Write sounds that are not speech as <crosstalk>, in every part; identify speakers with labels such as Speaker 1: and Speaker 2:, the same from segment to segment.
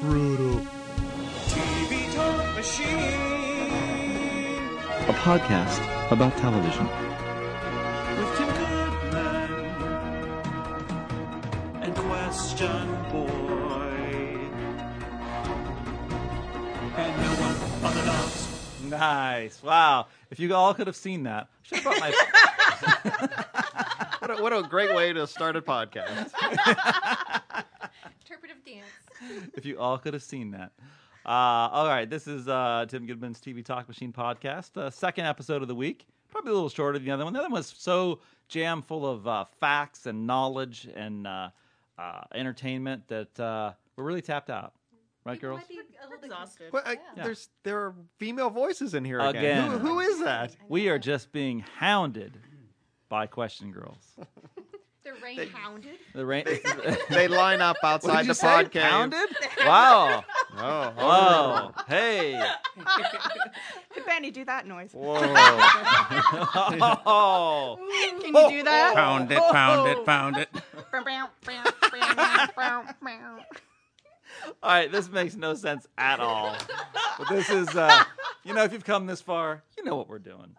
Speaker 1: Brutal.
Speaker 2: TV Talk Machine
Speaker 3: a podcast about television.
Speaker 2: with Tim Goodman and Question Boy and no one on the dogs.
Speaker 1: Nice. Wow. If you all could have seen that, I should have brought my.
Speaker 4: What a, what a great way to start a podcast.
Speaker 5: Interpretive dance.
Speaker 1: if you all could have seen that. Uh, all right, this is uh, Tim Goodman's TV Talk Machine podcast, uh, second episode of the week. Probably a little shorter than the other one. The other one was so jam full of uh, facts and knowledge and uh, uh, entertainment that uh, we're really tapped out, right, girls?
Speaker 5: Might be a little bit uh,
Speaker 6: exhausted.
Speaker 4: Well, I,
Speaker 5: Yeah.
Speaker 4: There's there are female voices in here
Speaker 1: Again.
Speaker 4: again. Who, who is that?
Speaker 1: We are just being hounded by question girls.
Speaker 5: They're rain hounded.
Speaker 1: The rain.
Speaker 4: <laughs> They line up outside the
Speaker 6: <laughs>
Speaker 4: podcast.
Speaker 1: Hounded?
Speaker 5: <laughs>
Speaker 1: Wow!
Speaker 4: Oh,
Speaker 1: Wow! Hey! <laughs>
Speaker 6: Could Benny do that noise? <laughs>
Speaker 1: Oh!
Speaker 6: Can you do that?
Speaker 7: Pound it, pound it, pound it.
Speaker 6: <laughs>
Speaker 1: All right, this makes no sense at all. But this is, uh, you know, if you've come this far, you know what we're doing.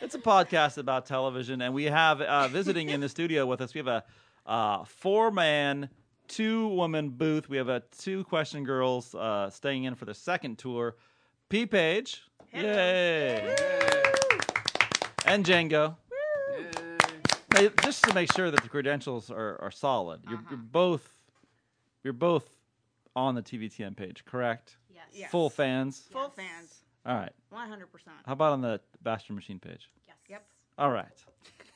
Speaker 1: It's a podcast about television, and we have uh, visiting in the studio with us. We have a uh, four-man, two-woman booth. We have a two question girls uh, staying in for the second tour. P Page, yay, and Django. Now, just to make sure that the credentials are, are solid, you're,
Speaker 6: Uh-huh.
Speaker 1: you're both you're both on the TVTM page, correct?
Speaker 5: Yes.
Speaker 6: Yeah.
Speaker 1: Full fans.
Speaker 6: Full
Speaker 5: Yes.
Speaker 6: fans.
Speaker 1: All right.
Speaker 6: 100%.
Speaker 1: How about on the Bastard Machine page?
Speaker 5: Yes.
Speaker 6: Yep.
Speaker 1: All right.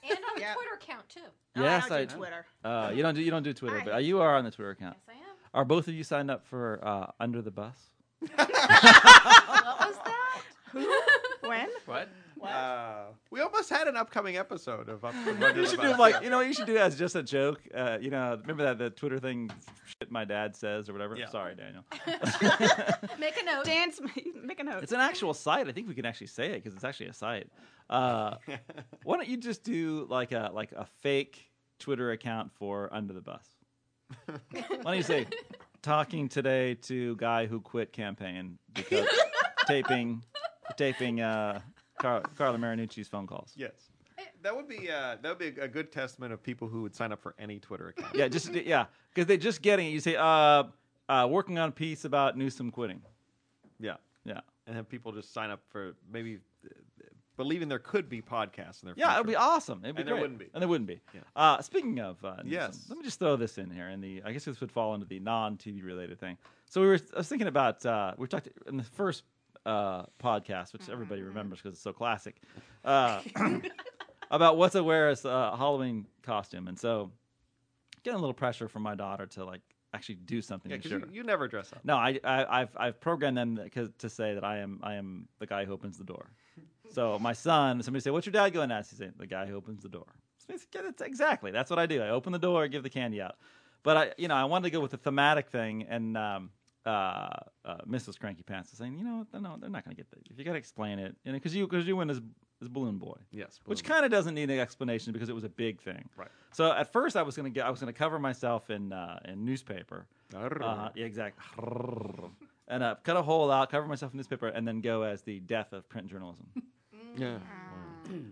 Speaker 5: And on a
Speaker 6: Yep.
Speaker 5: Twitter account too.
Speaker 6: Oh,
Speaker 1: Yes,
Speaker 6: I
Speaker 1: I-
Speaker 6: don't do Twitter.
Speaker 1: Uh, you don't do you don't do Twitter,
Speaker 6: I-
Speaker 1: but you are on the Twitter account.
Speaker 5: Yes, I am.
Speaker 1: Are both of you signed up for uh, Under the Bus?
Speaker 5: What was that?
Speaker 6: When?
Speaker 1: What?
Speaker 4: Uh, we almost had an upcoming
Speaker 1: <laughs>
Speaker 4: episode of Up to
Speaker 1: You should do like you know what you should do as just a joke. Uh, you know, remember that the Twitter thing, shit my dad says or whatever.
Speaker 4: Yeah.
Speaker 1: Sorry, Daniel.
Speaker 5: Make a note.
Speaker 6: Dance, <laughs> make a note.
Speaker 1: Uh, It's
Speaker 6: <laughs>
Speaker 1: an <laughs> actual site. I think we can actually say it because it's actually a site. Uh, why don't you just do like a like a fake Twitter account for Under the Bus? why don't you say talking today to guy who quit campaign because taping taping uh, Car- Carla Marinucci's phone calls.
Speaker 4: Yes. That would be uh, that would be a good testament of people who would sign up for any Twitter account.
Speaker 1: Yeah, just yeah, because they're just getting it. You say uh, uh, working on a piece about Newsom quitting.
Speaker 4: Yeah.
Speaker 1: Yeah.
Speaker 4: And then people just sign up for maybe uh, believing there could be podcasts in their
Speaker 1: Yeah,
Speaker 4: future.
Speaker 1: it'd be awesome. It'd be great.
Speaker 4: And there wouldn't be.
Speaker 1: And there wouldn't be.
Speaker 4: Yeah.
Speaker 1: Uh, speaking of, uh, Newsom,
Speaker 4: Yes.
Speaker 1: let me just throw this in here, and the I guess this would fall into the non-TV related thing. So we were, I was thinking about uh, we talked in the first uh, podcast, which everybody remembers because it's so classic, uh, <coughs> about what's a wear's uh, Halloween costume, and so getting a little pressure from my daughter to like actually do something.
Speaker 4: Yeah,
Speaker 1: and
Speaker 4: 'cause
Speaker 1: sure.
Speaker 4: you, you never dress up.
Speaker 1: No, I, I I've I've programmed them that- 'cause- to say that I am I am the guy who opens the door. So my son, somebody say, "What's your dad going as?" He's saying, "The guy who opens the door." So it's- yeah, that's exactly that's what I do. I open the door, give the candy out. But I, you know, I wanted to go with the thematic thing, and um, uh, uh, Mrs. Cranky Pants is saying, "You know, what? no, they're not going to get that. If you got to explain it, you know, because you because you went as as balloon boy."
Speaker 4: Yes.
Speaker 1: which
Speaker 4: balloon.
Speaker 1: kind of doesn't need an explanation because it was a big thing.
Speaker 4: Right.
Speaker 1: So at first I was gonna get I was gonna cover myself in uh, in newspaper.
Speaker 4: Arr.
Speaker 1: Uh, yeah, exactly. and uh, cut a hole out, cover myself in newspaper, and then go as the death of print journalism.
Speaker 4: Yeah.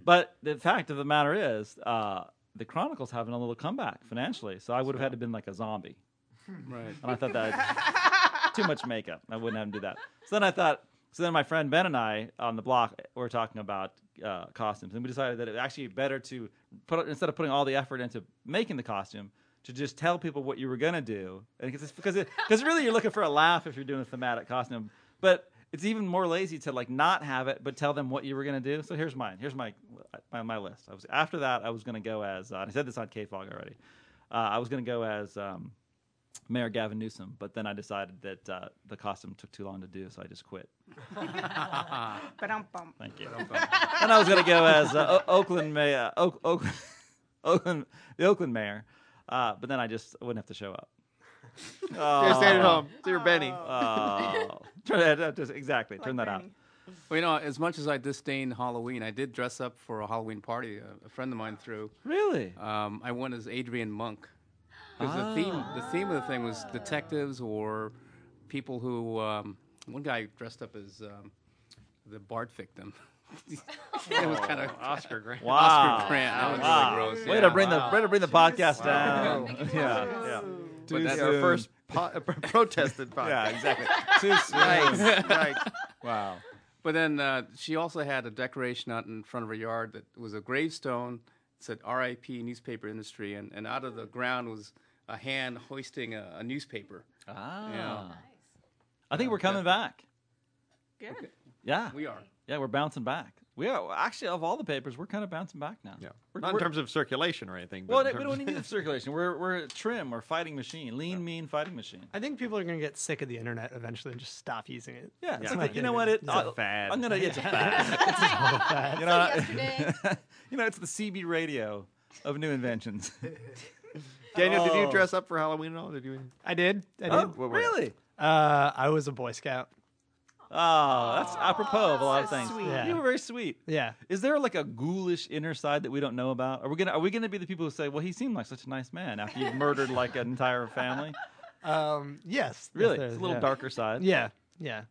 Speaker 1: but the fact of the matter is, uh, the Chronicle's having a little comeback financially, so I would have had to been like a zombie.
Speaker 4: Right.
Speaker 1: And I
Speaker 5: <laughs>
Speaker 1: thought that too much makeup. I wouldn't have him do that. So then I thought. So then my friend Ben and I on the block were talking about uh, costumes, and we decided that it was actually better to put instead of putting all the effort into making the costume. To just tell people what you were gonna do, and because because because really you're looking for a laugh if you're doing a thematic costume, but it's even more lazy to like not have it, but tell them what you were gonna do. So here's mine. Here's my my, my list. I was after that I was gonna go as uh, and I said this on K Fog already. Uh, I was gonna go as um, Mayor Gavin Newsom, but then I decided that uh, the costume took too long to do, so I just quit.
Speaker 6: But I'm bump.
Speaker 1: Thank you. <laughs> and I was going to go as uh, o- Oakland mayor, Oak, Oak, <laughs> Oakland, the Oakland mayor, uh, but then I just wouldn't have to show up.
Speaker 4: <laughs>
Speaker 1: Uh,
Speaker 4: You're staying at home. So you're Benny.
Speaker 1: Oh, <laughs> turn that, that just, exactly. turn that out.
Speaker 6: Benny.
Speaker 7: Well, you know, as much as I disdain Halloween, I did dress up uh, for a Halloween party a, a friend of mine threw.
Speaker 1: Really?
Speaker 7: Um, I went as Adrian Monk. Because the theme the theme of the thing was detectives or people who um, one guy dressed up as um, the Bart victim. <laughs> it was kind of
Speaker 4: Oh, Oscar Grant.
Speaker 1: Wow.
Speaker 7: <laughs> Oscar Grant. That was
Speaker 1: Wow.
Speaker 7: really gross.
Speaker 1: Way
Speaker 7: yeah.
Speaker 1: to bring the way to bring the podcast down.
Speaker 4: <laughs>
Speaker 5: Making it
Speaker 1: Yeah,
Speaker 5: worse.
Speaker 1: yeah,
Speaker 4: But that's
Speaker 1: soon.
Speaker 4: our first po- uh, <laughs> protested podcast.
Speaker 7: <laughs>
Speaker 1: yeah, exactly. Too soon.
Speaker 4: Right, right.
Speaker 1: Wow.
Speaker 7: But then uh, she also had a decoration out in front of her yard that was a gravestone that said "R.I.P. Newspaper Industry," and, and out of the ground was a hand hoisting a, a newspaper.
Speaker 1: Ah.
Speaker 7: Yeah.
Speaker 1: I think we're coming back.
Speaker 6: Good.
Speaker 1: Yeah.
Speaker 7: We are.
Speaker 1: Yeah, we're bouncing back. We are actually of all the papers, we're kind of bouncing back now.
Speaker 4: Yeah.
Speaker 1: We're,
Speaker 4: Not in
Speaker 1: we're-
Speaker 4: terms of circulation or anything. But
Speaker 1: well,
Speaker 4: in
Speaker 1: we
Speaker 4: terms
Speaker 1: don't
Speaker 4: of- <laughs>
Speaker 1: need the circulation. We're we're a trim. We're a fighting machine. Lean, mean fighting machine.
Speaker 8: I think people are going to get sick of the internet eventually and just stop using it.
Speaker 1: Yeah.
Speaker 8: It's
Speaker 1: it's
Speaker 8: not
Speaker 1: like, you
Speaker 8: gonna
Speaker 1: know
Speaker 8: be-
Speaker 1: what? It,
Speaker 8: it's
Speaker 1: I,
Speaker 8: a
Speaker 4: fad.
Speaker 1: I'm gonna. It's a <laughs> fad. you know.
Speaker 5: So yesterday,
Speaker 1: you know, it's the CB radio of
Speaker 8: <laughs>
Speaker 1: new inventions.
Speaker 4: <laughs> Daniel, did you dress up for Halloween at all? Oh. Did you?
Speaker 8: I did. I did.
Speaker 1: oh, really?
Speaker 8: Uh, I was a Boy Scout.
Speaker 1: Oh, that's apropos of a lot of things.
Speaker 8: Yeah.
Speaker 1: You were very sweet.
Speaker 8: Yeah.
Speaker 1: Is there like a ghoulish inner side that we don't know about? Are we gonna are we gonna be the people who say, "Well, he seemed like such a nice man after you've murdered like an entire
Speaker 8: <laughs>
Speaker 1: family"?
Speaker 8: Um, yes.
Speaker 1: <laughs> Really,
Speaker 8: Yes,
Speaker 1: it's a little
Speaker 8: yeah.
Speaker 1: darker side.
Speaker 8: Yeah. Yeah.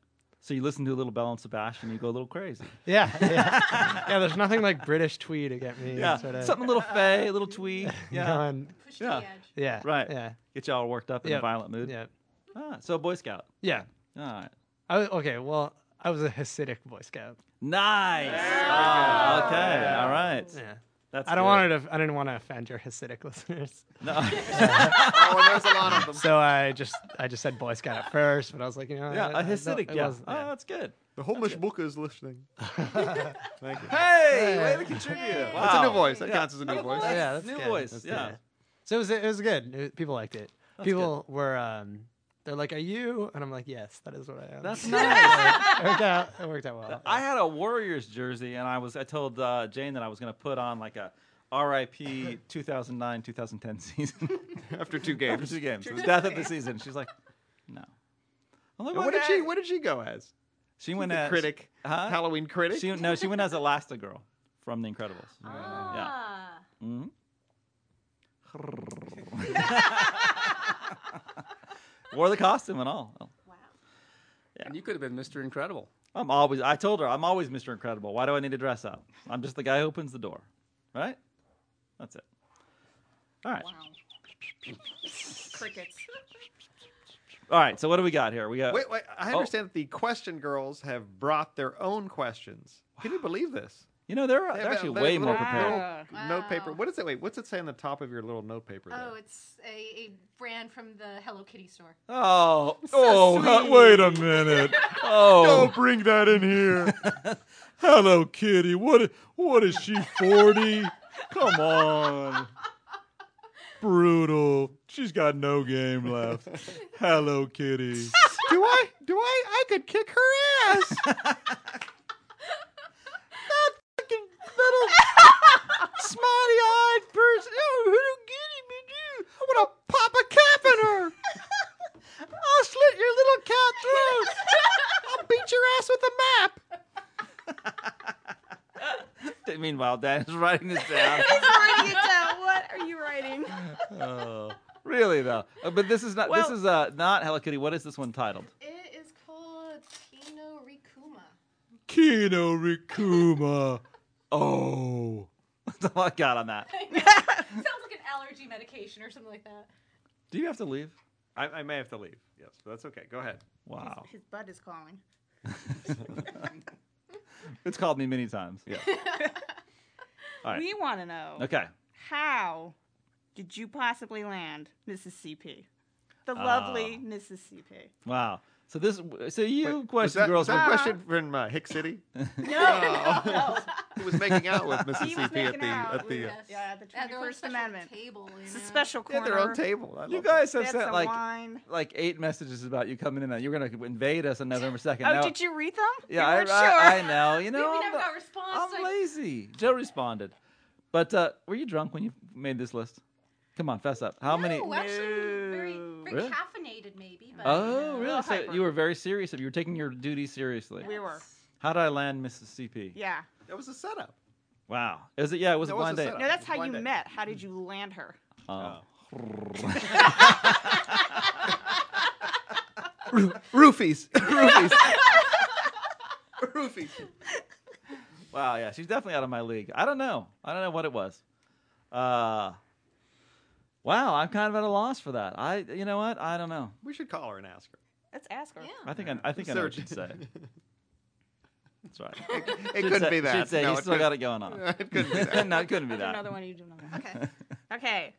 Speaker 1: So you listen to a little Bell and Sebastian, you go a little crazy. <laughs>
Speaker 8: Yeah. Yeah. yeah there's nothing like British twee to get me.
Speaker 1: Yeah,
Speaker 8: Sort of
Speaker 1: something a little fey, a little twee. Yeah,
Speaker 8: going-
Speaker 5: push to
Speaker 1: Yeah.
Speaker 5: the edge.
Speaker 8: Yeah.
Speaker 1: right.
Speaker 8: Yeah.
Speaker 1: Get y'all worked up in
Speaker 8: Yeah.
Speaker 1: a violent mood.
Speaker 8: Yeah.
Speaker 1: Ah, so Boy Scout.
Speaker 8: <laughs> Yeah.
Speaker 1: All right.
Speaker 8: I was, okay. Well, I was a Hasidic Boy Scout.
Speaker 1: Nice. Ah, okay. All right.
Speaker 8: Yeah.
Speaker 1: That's.
Speaker 8: I don't
Speaker 1: good.
Speaker 8: want to. I didn't want to offend your Hasidic <laughs> listeners,
Speaker 4: Oh, and there's a lot of them.
Speaker 8: so I just I just said Boy Scout at first, but I was like, you know,
Speaker 1: Yeah,
Speaker 8: I- I
Speaker 1: a Hasidic.
Speaker 8: don't- it
Speaker 1: yeah.
Speaker 8: wasn't-
Speaker 1: Oh, that's
Speaker 4: <laughs>
Speaker 1: good.
Speaker 4: The whole Mishmuka is listening. Thank you.
Speaker 1: Hey, way to contribute.
Speaker 4: That's a
Speaker 1: Wow.
Speaker 4: new voice. That counts as a new voice.
Speaker 8: Yeah, that's
Speaker 1: new
Speaker 8: good.
Speaker 1: voice.
Speaker 8: That's
Speaker 1: yeah.
Speaker 8: good. So it was it was good. It- people liked it. people were um they're like, "Are you?" And I'm like, "Yes, that is what I <laughs> am."
Speaker 1: That's
Speaker 8: it
Speaker 1: nice.
Speaker 8: worked out. It worked out well.
Speaker 1: I had a Warriors jersey, and I was I told uh, Jane that I was going to put on like a R.I.P. 2009 2010 season <laughs>
Speaker 4: After two
Speaker 1: after
Speaker 4: games.
Speaker 1: two games, It was death of the season. She's like, no. I'm like,
Speaker 4: And what did she?
Speaker 1: the heck?"
Speaker 4: What did she go as?
Speaker 1: She went
Speaker 4: The
Speaker 1: as
Speaker 4: critic.
Speaker 1: Huh?
Speaker 4: Halloween critic.
Speaker 1: She no, she went as Elastigirl from The Incredibles. Mm-hmm.
Speaker 5: Ah.
Speaker 1: Wore the costume and all.
Speaker 5: Wow.
Speaker 7: And you could have been Mr. Incredible.
Speaker 1: I'm always. I told her I'm always Mr. Incredible. Why do I need to dress up? I'm just the guy who opens the door, right? That's it. All right.
Speaker 5: Wow.
Speaker 1: <laughs>
Speaker 5: Crickets.
Speaker 1: All right. So what do we got here? We got.
Speaker 4: Wait, wait. I
Speaker 1: Oh.
Speaker 4: understand that the question girls have brought their own questions. Can you believe this?
Speaker 1: You know they're,
Speaker 4: They
Speaker 1: they're
Speaker 4: have a-
Speaker 1: actually
Speaker 4: they have
Speaker 1: way
Speaker 4: a
Speaker 1: more
Speaker 4: little
Speaker 1: prepared.
Speaker 4: Note, note paper.
Speaker 5: Wow.
Speaker 4: What is it? Wait, what's it say on the top of your little note paper? there?
Speaker 5: Oh, it's a, a brand from the Hello Kitty store.
Speaker 1: Oh, oh, wait
Speaker 5: <laughs>
Speaker 1: a minute. Oh,
Speaker 4: bring that in here.
Speaker 1: Hello Kitty. What? What is she? Forty? Come on. Brutal. She's got no game left. Hello Kitty.
Speaker 4: do I? Do I? I could kick her
Speaker 1: <laughs>
Speaker 4: ass.
Speaker 5: <laughs>
Speaker 1: Little smiley-eyed person. Oh, Hello Kitty, me do. I want to pop a cap in her. <laughs> I'll slit your little cat throat. I'll beat your ass with a map. <laughs> Meanwhile, Dan is writing this
Speaker 5: <laughs>
Speaker 1: down.
Speaker 6: Writing it down. What are you writing?
Speaker 1: Oh. Really though, Uh, but this is not.
Speaker 6: Well-
Speaker 1: this is uh, not Hello Kitty. What is this one titled?
Speaker 5: It is called
Speaker 1: <laughs>
Speaker 5: Tino Rikuma.
Speaker 1: Kino Rikuma. <laughs> oh, that's all I got on that.
Speaker 5: Sounds like an allergy medication or something like that.
Speaker 1: Do you have to leave?
Speaker 4: I, I may have to leave. Yes, but that's okay. Go ahead.
Speaker 1: Wow,
Speaker 6: His butt is calling.
Speaker 1: it's called me many times. <laughs> Yeah. Right.
Speaker 6: We want to know
Speaker 1: Okay.
Speaker 6: how did you possibly land Mrs. CP? The
Speaker 4: Oh.
Speaker 6: lovely Mrs. CP.
Speaker 1: Wow. So this. So you
Speaker 4: Was
Speaker 1: question
Speaker 4: that,
Speaker 1: girls.
Speaker 4: was that
Speaker 1: were-
Speaker 4: a question from uh,
Speaker 1: <laughs>
Speaker 4: Hick City? <laughs>
Speaker 6: No, no.
Speaker 4: Who was making out with Mrs.
Speaker 6: He was
Speaker 4: CP at
Speaker 6: making
Speaker 4: the
Speaker 6: out
Speaker 4: at the
Speaker 6: with
Speaker 4: uh,
Speaker 6: Yeah, at the
Speaker 5: At their own
Speaker 6: 21st
Speaker 5: special
Speaker 6: Amendment.
Speaker 5: Table, you
Speaker 6: It's a
Speaker 5: know?
Speaker 6: special
Speaker 4: they had
Speaker 6: corner.
Speaker 4: their own table. I
Speaker 1: you
Speaker 4: love
Speaker 1: guys
Speaker 6: They
Speaker 1: have
Speaker 6: had
Speaker 1: sent
Speaker 6: some
Speaker 1: like
Speaker 6: wine.
Speaker 1: like eight messages about you coming in. and You're gonna invade us on November second.
Speaker 6: Oh, did you read them?
Speaker 1: Yeah,
Speaker 6: you
Speaker 1: I,
Speaker 6: weren't
Speaker 1: I, I
Speaker 6: sure. <laughs>
Speaker 1: know. You
Speaker 5: We,
Speaker 1: know,
Speaker 5: we
Speaker 1: I'm
Speaker 5: never
Speaker 1: the-
Speaker 5: got a response.
Speaker 1: I'm
Speaker 5: like,
Speaker 1: lazy. Joe responded. But uh, were you drunk when you made this list? Come on, fess up. How many?
Speaker 5: No, Oh, actually, very, very
Speaker 1: Really?
Speaker 5: caffeinated, maybe. But
Speaker 1: Oh,
Speaker 5: you know.
Speaker 1: really? So you were very serious. You were taking your duty seriously.
Speaker 6: We were.
Speaker 1: How did I land Mrs. CP?
Speaker 6: Yeah.
Speaker 4: That was a setup.
Speaker 1: Wow. Is it? Yeah, it was
Speaker 4: That
Speaker 1: a
Speaker 4: was a
Speaker 1: blind date.
Speaker 4: setup.
Speaker 6: No, that's
Speaker 4: It's
Speaker 6: how you
Speaker 4: blinded.
Speaker 6: met. How did you land her?
Speaker 1: Oh. <laughs>
Speaker 4: Roofies. Roofies. Roofies.
Speaker 1: Wow, yeah, she's definitely out of my league. I don't know. I don't know what it was. Uh, wow, I'm kind of at a loss for that. I, you know what? I don't know.
Speaker 4: We should call her and ask her.
Speaker 6: Let's ask her.
Speaker 5: Yeah.
Speaker 1: I think I, I think I know what
Speaker 4: Search.
Speaker 1: she'd say. That's right.
Speaker 4: It couldn't be that.
Speaker 1: She'd say
Speaker 4: No,
Speaker 1: you
Speaker 4: it
Speaker 1: still
Speaker 4: couldn't-
Speaker 1: got it going on.
Speaker 4: <laughs>
Speaker 1: <laughs>
Speaker 4: It couldn't be that.
Speaker 1: no, it couldn't be
Speaker 6: Do
Speaker 1: that.
Speaker 6: another one. You do another
Speaker 1: <laughs>
Speaker 6: one.
Speaker 5: Okay.
Speaker 6: Okay.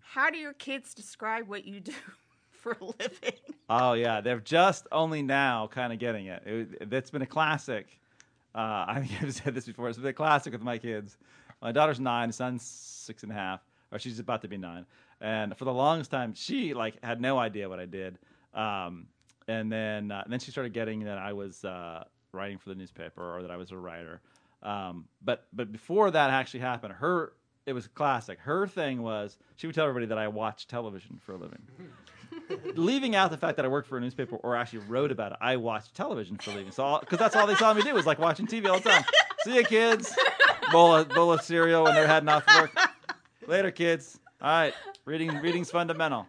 Speaker 6: How do your kids describe what you do <laughs> for a living?
Speaker 1: Oh yeah, they're just only now kind of getting it. it that's been a classic. Uh, <laughs> I think I've said this before. It's been a classic with my kids. My daughter's nine, son's six and a half, or she's about to be nine. And for the longest time, she like had no idea what I did. Um, and then uh, and then she started getting that I was uh, writing for the newspaper or that I was a writer. Um, but but before that actually happened, her it was classic. Her thing was she would tell everybody that I watched television for a living leaving out the fact that I worked for a newspaper or actually wrote about it, I watched television for living. So because that's all they saw me do was like watching TV all the time. See ya, kids. Bowl of, bowl of cereal when they're heading off to work. Later, kids. All right, reading reading's fundamental.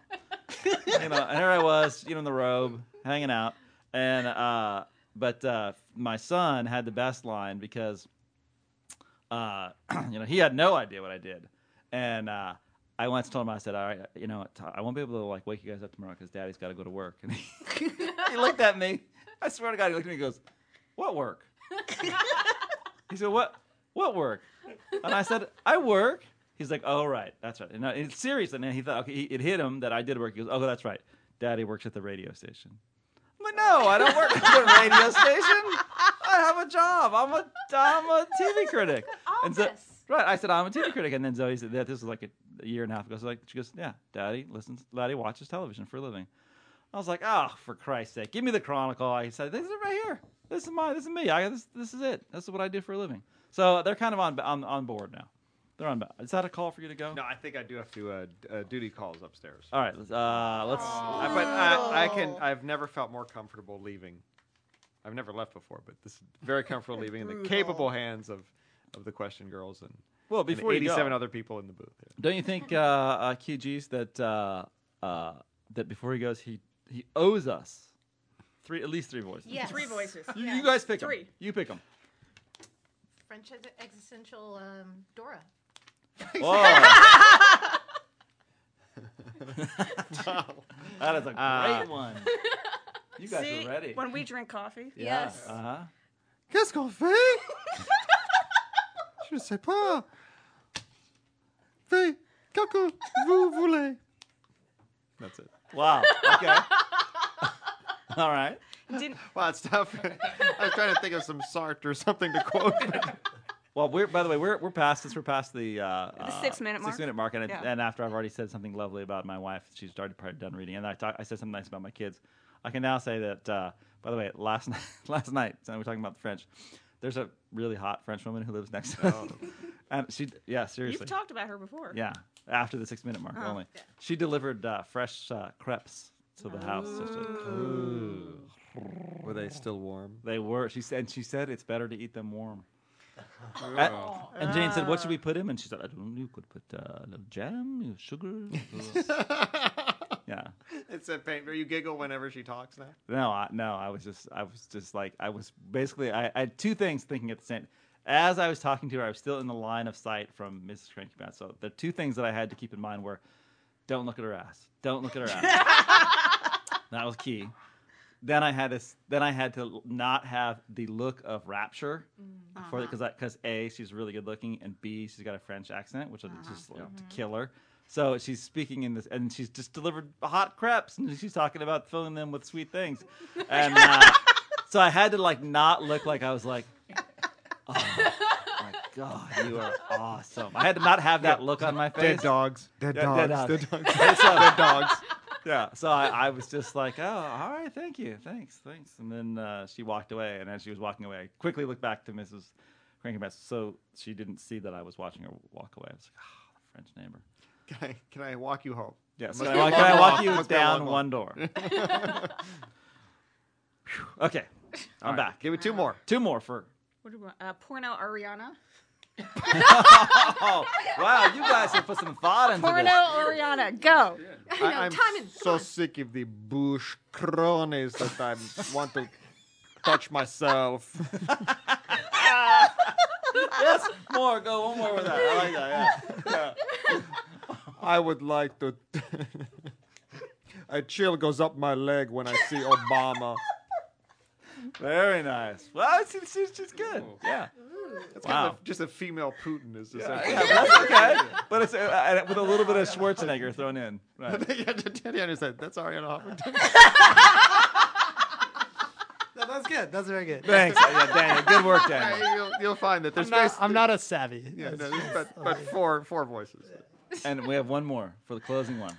Speaker 1: you know, and here I was, you know, in the robe, hanging out, and uh, but uh, my son had the best line because uh, <clears throat> you know, he had no idea what I did. And uh, I once told him, I said, all right, you know, t- I won't be able to like wake you guys up tomorrow because daddy's got to go to work. And he, <laughs> he looked at me. I swear to God, he looked at me and goes, what work? <laughs> he said, what, what work? And I said, I work. He's like, oh, right, that's right. And, I, and seriously, and he thought, okay, he, it hit him that I did work. He goes, oh, that's right. Daddy works at the radio station. I'm like, no, I don't work at the radio
Speaker 4: <laughs>
Speaker 1: station. I have a job. I'm a, I'm a TV critic. And so,
Speaker 5: office.
Speaker 1: right, I said I'm a TV critic, and then Zoe said that this was like a, a year and a half ago. So like, she goes, yeah, Daddy listens, Daddy watches television for a living. I was like, oh, for Christ's sake, give me the Chronicle. I said, this is it right here. This is my, this is me. I this, this is it. This is what I do for a living. So they're kind of on on, on board now. They're on. Is that a call for you to go?
Speaker 4: No, I think I do have to uh, d- uh, duty calls upstairs.
Speaker 1: All right. Let's. Uh, let's
Speaker 4: I, but I, I can. I've never felt more comfortable leaving. I've never left before, but this is very comfortable leaving in the capable hands of, of the question girls and,
Speaker 1: well,
Speaker 4: and
Speaker 1: before you go,
Speaker 4: 87 other people in the booth. Here.
Speaker 1: Don't you think uh, uh, QG's that uh, uh, that before he goes, he he owes us three at least three voices.
Speaker 5: Yes.
Speaker 6: Three voices.
Speaker 1: You, you guys pick 'em.
Speaker 6: Three.
Speaker 1: You pick them.
Speaker 5: French ex- existential um, Dora.
Speaker 1: <laughs> Whoa. that is a great
Speaker 4: Uh,
Speaker 6: <laughs>
Speaker 1: one. You guys
Speaker 6: See,
Speaker 1: are ready.
Speaker 6: when we drink coffee,
Speaker 5: Yes.
Speaker 1: Uh huh.
Speaker 4: Qu'est-ce qu'on fait? <laughs> Je sais pas. Fait que vous voulez. That's it.
Speaker 1: Wow. Okay. All right.
Speaker 6: didn't
Speaker 4: Wow, it's tough. I was trying to think of some Sartre or something to quote. but-
Speaker 1: Well, we're by the way, we're we're past this. We're past the uh, uh,
Speaker 6: six-minute mark?
Speaker 1: Six minute mark, and, it-
Speaker 6: Yeah.
Speaker 1: and after I've already said something lovely about my wife, she's already probably done reading, and I talk, I said something nice about my kids. I can now say that. Uh, by the way, last <laughs> night, last night, so we're talking about the French. There's a really hot French woman who lives next to us, <laughs> and she, yeah, seriously,
Speaker 6: you've talked about her before.
Speaker 1: yeah, after the six minute mark only, she delivered uh, fresh uh, crepes to the house. Just a-
Speaker 4: Were they still warm?
Speaker 1: they were. She said. She said it's better to eat them warm.
Speaker 4: <laughs>
Speaker 1: And, and Jane said, "What should we put him?" And she said, "I don't know. You could put uh, a little jam, you know, sugar."
Speaker 4: <laughs>
Speaker 1: uh, yeah.
Speaker 4: It's a pain. You giggle whenever she talks now.
Speaker 1: No, I, no. I was just, I was just like, I was basically, I, I had two things thinking at the same. As I was talking to her, I was still in the line of sight from Mrs. Cranky Pants. So the two things that I had to keep in mind were, don't look at her ass. Don't look at her ass. that was key. Then I had this. Then I had to not have the look of rapture, for because because a she's really good looking and b she's got a French accent, which is just like, to kill her. So she's speaking in this, and she's just delivered hot crepes, and she's talking about filling them with sweet things, and uh, so I had to like not look like I was like, oh my god, you are awesome. I had to not have that look on my face.
Speaker 4: Dead dogs. Dead
Speaker 1: Yeah, dead
Speaker 4: dogs.
Speaker 1: dogs.
Speaker 4: Dead dogs.
Speaker 1: <laughs> So-
Speaker 4: Dead dogs.
Speaker 1: yeah. So I, I was just like, oh, all right, thank you, thanks, thanks. And then uh, she walked away, and as she was walking away, I quickly looked back to Mrs. Crankenbass, so she didn't see that I was watching her walk away. I was like, ah, the French neighbor.
Speaker 4: Can I, can I walk you home?
Speaker 1: Yeah. So can
Speaker 4: Must be
Speaker 1: I
Speaker 4: a
Speaker 1: walk, can I
Speaker 4: long
Speaker 1: walk
Speaker 4: walk.
Speaker 1: you
Speaker 4: Must be a
Speaker 1: down
Speaker 4: long walk.
Speaker 1: one door?
Speaker 4: <laughs>
Speaker 1: okay, I'm
Speaker 4: All right,
Speaker 1: back.
Speaker 4: Give me two more.
Speaker 1: Two more for
Speaker 6: What do we, uh, porno Ariana?
Speaker 1: Oh, wow, you guys have put some thought into <laughs>
Speaker 6: Porno
Speaker 1: this.
Speaker 6: Oriana, go.
Speaker 5: <laughs> I know,
Speaker 4: I'm
Speaker 5: Timon, <laughs>
Speaker 4: so sick of the bush cronies that I want to touch myself.
Speaker 1: <laughs> Yes, more. Go one more with that. I like that. Yeah.
Speaker 4: I would like to. <laughs> A chill goes up my leg when I see Obama.
Speaker 1: Very nice. Well, she's, she's, she's good. Yeah.
Speaker 4: It's
Speaker 1: Wow.
Speaker 4: of just a female Putin is just
Speaker 1: Yeah, that's
Speaker 4: <laughs>
Speaker 1: okay. But it's uh, uh, with a little bit of Schwarzenegger thrown in. Right.
Speaker 4: <laughs> yeah, Danny understand. That's Ariana Huffington.
Speaker 8: No, that's good. That's very good.
Speaker 1: Thanks. <laughs> Yeah, Daniel. Good work, Daniel.
Speaker 4: you'll, you'll find that there's
Speaker 8: I'm not,
Speaker 4: basi-
Speaker 8: I'm not a savvy.
Speaker 4: Yeah, no,
Speaker 8: That's-
Speaker 4: there's but, but four four voices.
Speaker 1: And we have one more for the closing one.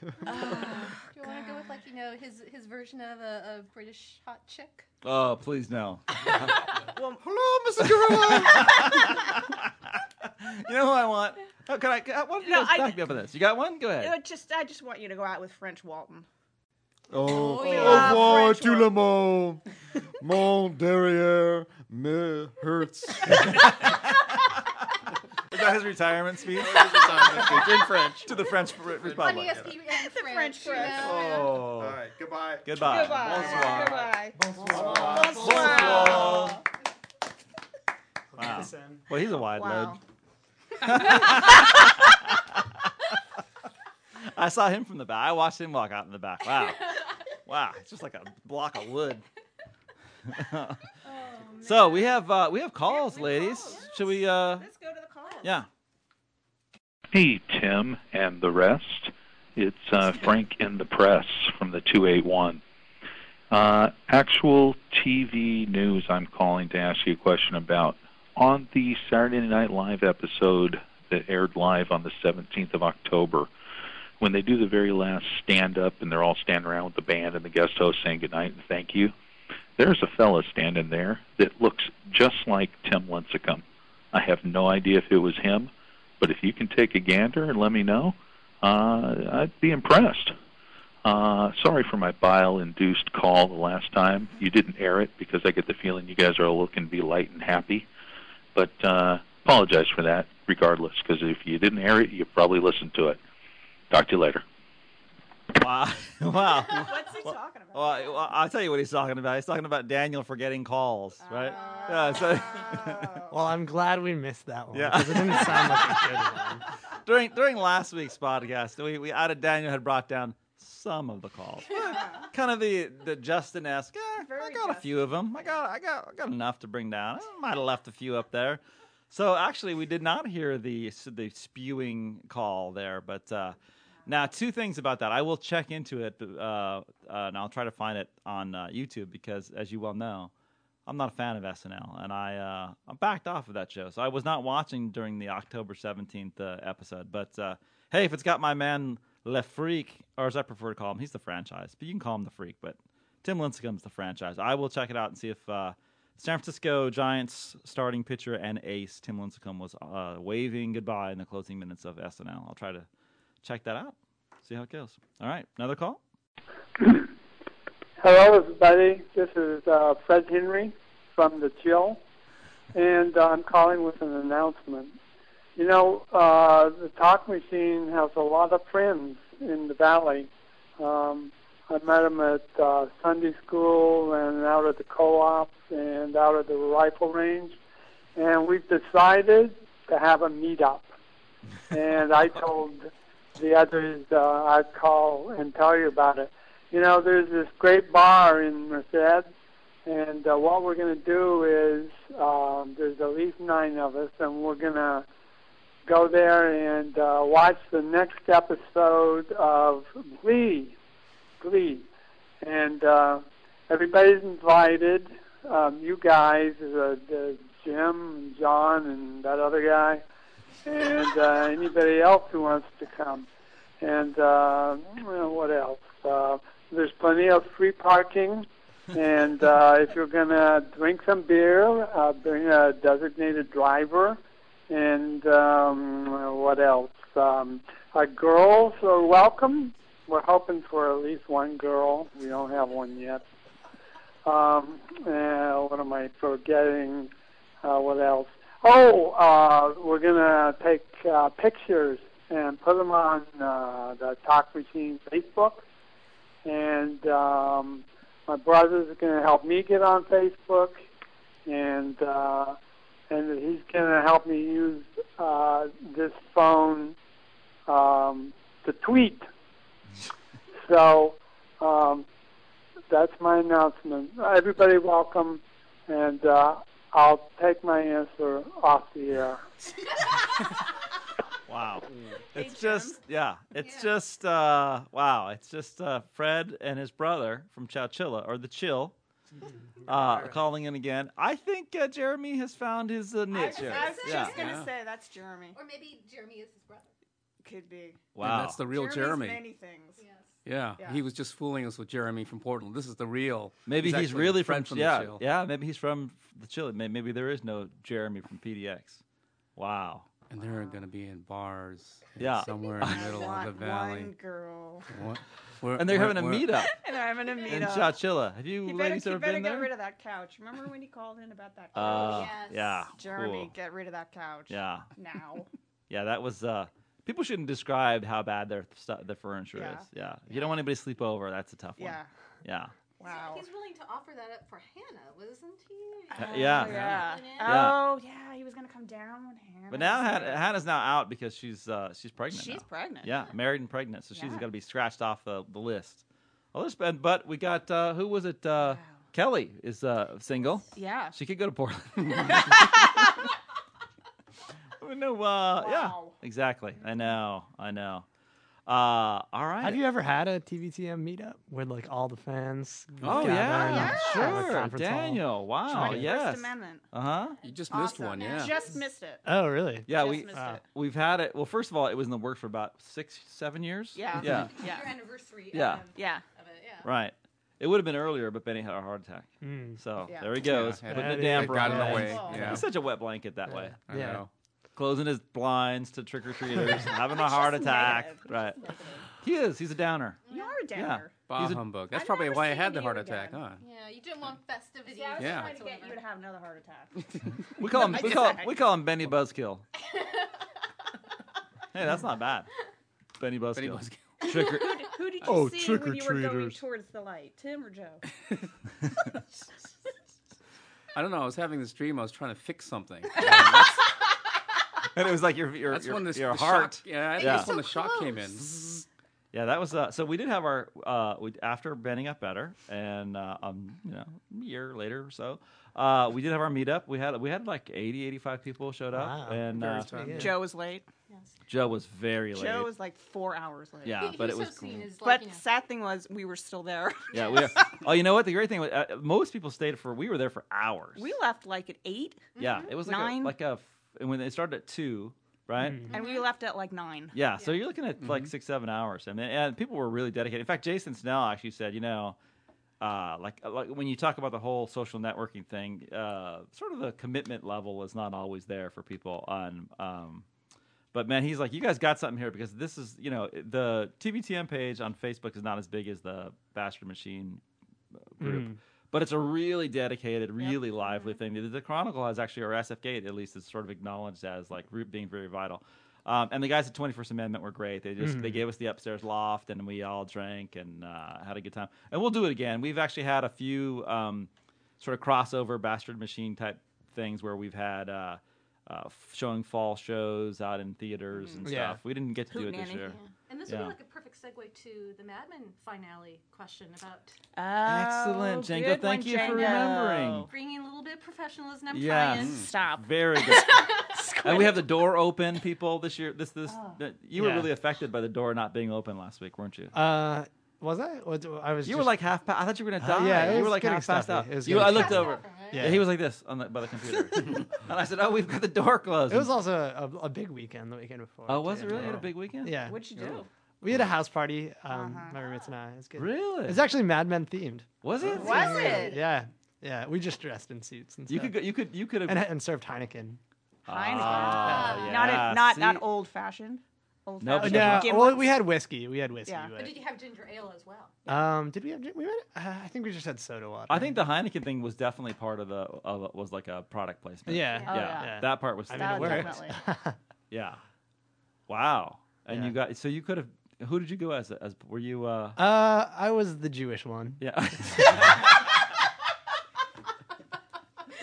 Speaker 5: Do you want to go with like you know his his version of a, a British hot chick?
Speaker 1: Oh, please
Speaker 4: <laughs>
Speaker 1: no. <laughs>
Speaker 4: Hello,
Speaker 6: <laughs>
Speaker 4: Mr. Gorilla.
Speaker 1: You know who I want? Oh, can I? Can I what,
Speaker 6: No,
Speaker 1: no,
Speaker 6: I-
Speaker 1: back me up on this. You got one? Go
Speaker 6: Uh,
Speaker 1: ahead.
Speaker 6: just, I just want you to go out with French Walton.
Speaker 4: oh,
Speaker 5: yeah.
Speaker 4: au revoir,
Speaker 6: French
Speaker 4: tout le monde. Mon derrière me hurts.
Speaker 1: Is that <laughs> his retirement speech?
Speaker 4: In <laughs> French.
Speaker 1: to the French Re-
Speaker 5: On
Speaker 1: Republic.
Speaker 5: ESPN in
Speaker 6: The <laughs> French
Speaker 5: French. you
Speaker 6: press.
Speaker 5: know?
Speaker 1: Oh.
Speaker 4: All right, goodbye.
Speaker 1: Goodbye.
Speaker 6: Goodbye. Goodbye.
Speaker 1: Bonsoir. Wow.
Speaker 8: Sam.
Speaker 1: Well, he's a wide
Speaker 6: <laughs> Wow.
Speaker 1: load. I saw him from the back. I watched him walk out in the back. Wow. wow. It's just like a block of
Speaker 6: <laughs>
Speaker 1: wood. <laughs> so we have uh, we have calls, ladies. Should we? Uh,
Speaker 6: Let's go to the call.
Speaker 1: yeah.
Speaker 9: Hey, Tim and the rest. It's uh, Frank in the Press from the 281. Uh, actual TV news I'm calling to ask you a question about. On the Saturday Night Live episode that aired live on the 17th of October, when they do the very last stand up and they're all standing around with the band and the guest host saying goodnight and thank you, there's a fella standing there that looks just like Tim Lincecum. I have no idea if it was him, but if you can take a gander and let me know, uh, I'd be impressed. Uh, sorry for my bile induced call the last time. You didn't air it because I get the feeling you guys are looking to be light and happy. But uh, apologize for that regardless because if you didn't air it, you probably listened to it. Talk to you later.
Speaker 1: Wow. <laughs> wow.
Speaker 6: What's he talking about?
Speaker 1: Well, I- well, I'll tell you what he's talking about. He's talking about Daniel forgetting calls, right?
Speaker 6: Oh.
Speaker 1: yeah.
Speaker 8: <laughs>
Speaker 1: So.
Speaker 8: Well, I'm glad we missed that one.
Speaker 1: Yeah.
Speaker 8: 'cause it didn't sound like <laughs> a good one.
Speaker 1: <laughs> during during last week's podcast, we, we added Daniel had brought down some of the calls, kind of the the Justin esque. I
Speaker 6: Very
Speaker 1: got a few of them. I got I got I got enough to bring down. I might have left a few up there. So actually, we did not hear the the spewing call there, but. Uh, now, two things about that. I will check into it, uh, uh, and I'll try to find it on uh, YouTube because, as you well know, I'm not a fan of SNL, and I uh, I'm backed off of that show. So I was not watching during the October 17th uh, episode. But uh, hey, if it's got my man Le Freak, or as I prefer to call him, he's the franchise, but you can call him the Freak. But Tim Lincecum's the franchise. I will check it out and see if uh, San Francisco Giants starting pitcher and ace Tim Lincecum was uh, waving goodbye in the closing minutes of SNL. I'll try to check that out, see how it goes. All right, another call.
Speaker 10: Hello, everybody. This is uh, Fred Henry from the Jill, and I'm calling with an announcement. You know, uh, the Talk Machine has a lot of friends in the Valley. Um, I met them at uh, Sunday school and out at the co-op and out at the rifle range, and we've decided to have a meetup. and I told the others uh, I'd call and tell you about it you know, there's this great bar in Merced, and uh, what we're going to do is um, there's at least nine of us, and we're going to go there and uh, watch the next episode of Glee. Glee. And uh, everybody's invited. Um, you guys, uh, the Jim, and John, and that other guy, and uh, anybody else who wants to come. And uh, well, what else? Uh, there's plenty of free parking. And uh, if you're going to drink some beer, uh, bring a designated driver. And um, what else? Um, uh, girls are welcome. We're hoping for at least one girl. We don't have one yet. Um, uh, what am I forgetting? Uh, what else? Oh, uh, we're gonna take uh, pictures and put them on uh, the Talk Machine Facebook, and um, my brother's gonna help me get on Facebook, and uh, and he's gonna help me use uh, this phone um, to tweet. so um, that's my announcement. Everybody, welcome, and uh, I'll take my answer off the air.
Speaker 1: Wow.
Speaker 7: Mm.
Speaker 1: It's just yeah. It's just uh wow. It's just uh Fred and his brother from Chowchilla or
Speaker 6: <laughs>
Speaker 1: the Chill. Uh, calling in again. I think uh, Jeremy has found his uh, niche. here.
Speaker 6: I was
Speaker 1: yeah.
Speaker 6: just gonna say that's Jeremy.
Speaker 5: Or maybe Jeremy is his brother.
Speaker 6: Could be.
Speaker 7: Wow. that's the real
Speaker 6: Jeremy's
Speaker 7: Jeremy.
Speaker 6: Many things.
Speaker 7: Yeah, he was just fooling us with Jeremy from Portland. This is the real.
Speaker 1: Maybe
Speaker 7: he's
Speaker 1: he's
Speaker 7: actually
Speaker 1: really
Speaker 7: Fred
Speaker 1: from,
Speaker 7: from the
Speaker 1: yeah,
Speaker 7: Chill.
Speaker 1: yeah. Maybe he's from the Chill. May- Maybe there is no Jeremy from PDX. Wow.
Speaker 7: And they're going to be in bars.
Speaker 1: Yeah.
Speaker 7: somewhere in the middle of the
Speaker 6: Want
Speaker 7: valley.
Speaker 6: One girl.
Speaker 7: What- we're-
Speaker 1: and they're
Speaker 7: we're-
Speaker 1: having a
Speaker 7: we're-
Speaker 1: meetup
Speaker 6: <laughs> and
Speaker 5: <laughs>
Speaker 6: I'm gonna meet
Speaker 1: in
Speaker 6: up.
Speaker 1: Chowchilla. Have you,
Speaker 6: He better,
Speaker 1: ladies
Speaker 6: he
Speaker 1: ever
Speaker 6: better
Speaker 1: been
Speaker 6: get
Speaker 1: there?
Speaker 6: rid of that couch. Remember when he called in about that couch?
Speaker 1: Uh, yeah,
Speaker 6: Jeremy,
Speaker 1: cool.
Speaker 6: get rid of that couch.
Speaker 1: Yeah. <laughs>
Speaker 6: Now.
Speaker 1: Yeah, that was. uh People shouldn't describe how bad their stu- their furniture
Speaker 6: Yeah.
Speaker 1: is. Yeah, If you don't want anybody to sleep over. That's a tough one.
Speaker 5: Yeah.
Speaker 1: Yeah.
Speaker 6: Wow.
Speaker 5: He's willing to offer that up for Hannah, wasn't he?
Speaker 1: Uh,
Speaker 6: Oh,
Speaker 1: yeah. Yeah.
Speaker 6: yeah.
Speaker 1: Yeah.
Speaker 6: Oh, yeah. He was gonna come down when Hannah.
Speaker 1: But now
Speaker 6: was
Speaker 1: Han-
Speaker 6: there.
Speaker 1: Hannah's now out because she's uh, she's pregnant.
Speaker 6: She's
Speaker 1: now.
Speaker 6: pregnant,
Speaker 1: Yeah,
Speaker 6: yeah.
Speaker 1: married and pregnant, so she's
Speaker 6: Yeah.
Speaker 1: got to be scratched off the, the list. Well, there's been, but we got uh, who was it? Uh, Kelly is uh, single.
Speaker 6: Yeah.
Speaker 1: she could go to Portland. no, uh, yeah, <laughs> exactly. I know, I know. Uh, all right.
Speaker 8: Have you ever had a TVTM meetup with like all the fans?
Speaker 1: Oh
Speaker 8: gather in
Speaker 1: yeah,
Speaker 8: a
Speaker 1: sure,
Speaker 8: conference hall?
Speaker 1: Daniel. Wow,
Speaker 8: Right.
Speaker 1: yes.
Speaker 6: First Amendment.
Speaker 1: Uh huh.
Speaker 7: You just
Speaker 6: Awesome. Just missed it.
Speaker 8: Oh, really?
Speaker 1: Yeah,
Speaker 6: Just
Speaker 1: we uh,
Speaker 6: missed Wow. it.
Speaker 1: we've had it. Well, first of all, it was in the works for about six, seven years.
Speaker 6: Yeah.
Speaker 1: yeah,
Speaker 6: Yeah. <laughs>
Speaker 5: Your anniversary.
Speaker 1: Yeah.
Speaker 5: um,
Speaker 6: Yeah.
Speaker 1: Right. It would have been earlier, but Benny had a heart attack.
Speaker 8: Mm.
Speaker 1: So
Speaker 6: Yeah.
Speaker 1: there he goes,
Speaker 7: Hmm. Yeah,
Speaker 1: putting
Speaker 7: yeah.
Speaker 1: a damper
Speaker 7: It got
Speaker 1: on
Speaker 7: in the
Speaker 1: things.
Speaker 7: way, yeah.
Speaker 1: He's such a wet blanket that way.
Speaker 7: I Yeah. know.
Speaker 1: Closing his blinds to trick
Speaker 7: <laughs>
Speaker 1: or treaters, having a heart
Speaker 6: Just
Speaker 1: attack.
Speaker 6: negative.
Speaker 1: Right. He is. He's a downer.
Speaker 6: You are a
Speaker 1: Yeah.
Speaker 6: downer.
Speaker 7: Bah
Speaker 1: He's a-
Speaker 7: humbug. That's probably why I had the heart attack, huh?
Speaker 5: Yeah, you didn't want festivities.
Speaker 6: Yeah, I was
Speaker 7: Yeah.
Speaker 6: trying to get you to have another heart
Speaker 5: <laughs>
Speaker 6: attack.
Speaker 1: <laughs>
Speaker 6: <laughs>
Speaker 1: We call him.
Speaker 6: I
Speaker 1: We
Speaker 6: just-
Speaker 1: call. We call him Benny Buzzkill. hey, that's
Speaker 7: <laughs>
Speaker 1: not bad. Benny Buzzkill.
Speaker 6: <laughs>
Speaker 7: Benny
Speaker 1: Trick
Speaker 7: <laughs>
Speaker 1: or-
Speaker 6: Who did you
Speaker 1: Oh,
Speaker 6: see when you were going
Speaker 1: trick-or-treaters.
Speaker 6: towards the light, Tim or
Speaker 1: <laughs>
Speaker 6: Joe?
Speaker 7: I don't know. I was having this dream. I was trying to fix something.
Speaker 1: <laughs> and it was like your your
Speaker 7: That's
Speaker 1: your,
Speaker 7: when this-
Speaker 1: your
Speaker 7: the
Speaker 1: heart.
Speaker 7: shock- yeah, I think that's when the shock came in.
Speaker 1: Yeah, that was uh, so. We did have our uh, we, after Benny got better, and uh, um, you know, a year later or so, uh, we did have our meetup. We had we had like 80, 85 people showed
Speaker 6: Wow.
Speaker 1: up, and
Speaker 6: Very
Speaker 1: uh,
Speaker 6: timely. Joe was late.
Speaker 1: Joe was very late.
Speaker 6: Joe was like four hours late.
Speaker 1: Yeah, He- but he it was was so cool. seen as, like,
Speaker 6: But
Speaker 5: you know-
Speaker 6: sad thing was, we were still there.
Speaker 1: <laughs>
Speaker 6: <laughs>
Speaker 1: yeah, we. Oh, you know what? The great thing was uh, most people stayed for. We were there for hours.
Speaker 6: we left like at eight.
Speaker 1: Yeah, it was like
Speaker 6: nine,
Speaker 1: a, like a f- and when it started at two, right?
Speaker 6: and
Speaker 5: Mm-hmm.
Speaker 6: we left at like nine.
Speaker 1: Yeah, so you're looking at like six, seven hours, and and people were really dedicated. In fact, Jason Snell actually said, you know, uh, like like when you talk about the whole social networking thing, uh, sort of the commitment level is not always there for people on. Um, but man, he's like, you guys got something here because this is, you know, the TBTM page on Facebook is not as big as the Bastard Machine uh, group.
Speaker 2: Mm.
Speaker 1: But it's a really dedicated, really lively thing. The, the Chronicle has actually, or SF Gate at least, is sort of acknowledged as like group being very vital. Um, and the guys at Twenty First Amendment were great. They just they
Speaker 2: Mhm.
Speaker 1: gave us the upstairs loft, and we all drank and uh, had a good time. And we'll do it again. We've actually had a few um, sort of crossover bastard machine type things where we've had uh, uh, f- showing fall shows out in theaters and
Speaker 2: Mhm. Yeah.
Speaker 1: stuff. We didn't get to do it this
Speaker 6: Hootenanny.
Speaker 1: year.
Speaker 5: And this
Speaker 1: Yeah.
Speaker 5: would be like a perfect segue to the Mad Men finale question about.
Speaker 1: Excellent, Django.
Speaker 6: Oh, good
Speaker 1: Thank
Speaker 6: one,
Speaker 1: you for
Speaker 6: Django.
Speaker 1: remembering.
Speaker 5: Bringing a little bit of professionalism. I'm
Speaker 1: Yes.
Speaker 5: trying.
Speaker 1: Mm.
Speaker 5: <laughs>
Speaker 6: Stop.
Speaker 1: Very good. and we have the door open, people. This year, this this
Speaker 5: Oh.
Speaker 1: th- you were
Speaker 8: Yeah.
Speaker 1: really affected by the door not being open last week, weren't you?
Speaker 8: Uh, was I? Was- I was.
Speaker 1: you were
Speaker 8: just-
Speaker 1: like half. Pa- I thought you were gonna
Speaker 8: Uh,
Speaker 1: die.
Speaker 8: yeah, it
Speaker 1: you were
Speaker 8: was
Speaker 1: like
Speaker 8: getting
Speaker 1: half passed
Speaker 8: stuffy.
Speaker 1: out.
Speaker 8: It was
Speaker 1: you, I
Speaker 8: getting
Speaker 1: looked
Speaker 8: stuffy.
Speaker 1: over.
Speaker 8: Yeah.
Speaker 1: Yeah. He was like this on the, by the <laughs> computer, and I said, "Oh, we've got the door closed."
Speaker 8: It was also a, a big weekend. The weekend before.
Speaker 1: Oh, was
Speaker 8: too.
Speaker 1: it really? You had a big weekend?
Speaker 8: Yeah.
Speaker 6: What'd you do? Uh-huh.
Speaker 8: We had a house party. Um, My roommates and I. It was good.
Speaker 1: Really?
Speaker 8: It's actually Mad Men themed.
Speaker 1: Was it?
Speaker 6: Was it?
Speaker 8: Yeah. Yeah. We just dressed in suits and stuff.
Speaker 1: You could go, you could you could have
Speaker 8: and, and served Heineken.
Speaker 6: Heineken. Uh,
Speaker 1: Ah,
Speaker 6: not
Speaker 1: yeah,
Speaker 6: a, not
Speaker 1: see?
Speaker 6: not old fashioned. Old
Speaker 1: Nope.
Speaker 6: fashioned.
Speaker 8: No,
Speaker 6: Gimlets?
Speaker 8: well, we had whiskey. We had whiskey.
Speaker 6: Yeah.
Speaker 5: But did you have ginger ale as well?
Speaker 8: But, um, did we have? gin- We had. Uh, I think we just had soda water.
Speaker 1: I think the Heineken thing was definitely part of the of, was like a product placement.
Speaker 8: Yeah.
Speaker 1: yeah,
Speaker 8: Oh, yeah.
Speaker 1: that part was.
Speaker 8: I mean,
Speaker 1: still
Speaker 8: it
Speaker 1: there.
Speaker 8: worked. <laughs>
Speaker 1: Yeah, wow. And you got so you could have. Who did you go as? As were you? <laughs> uh
Speaker 8: Uh, I was the Jewish one.
Speaker 1: Yeah. <laughs>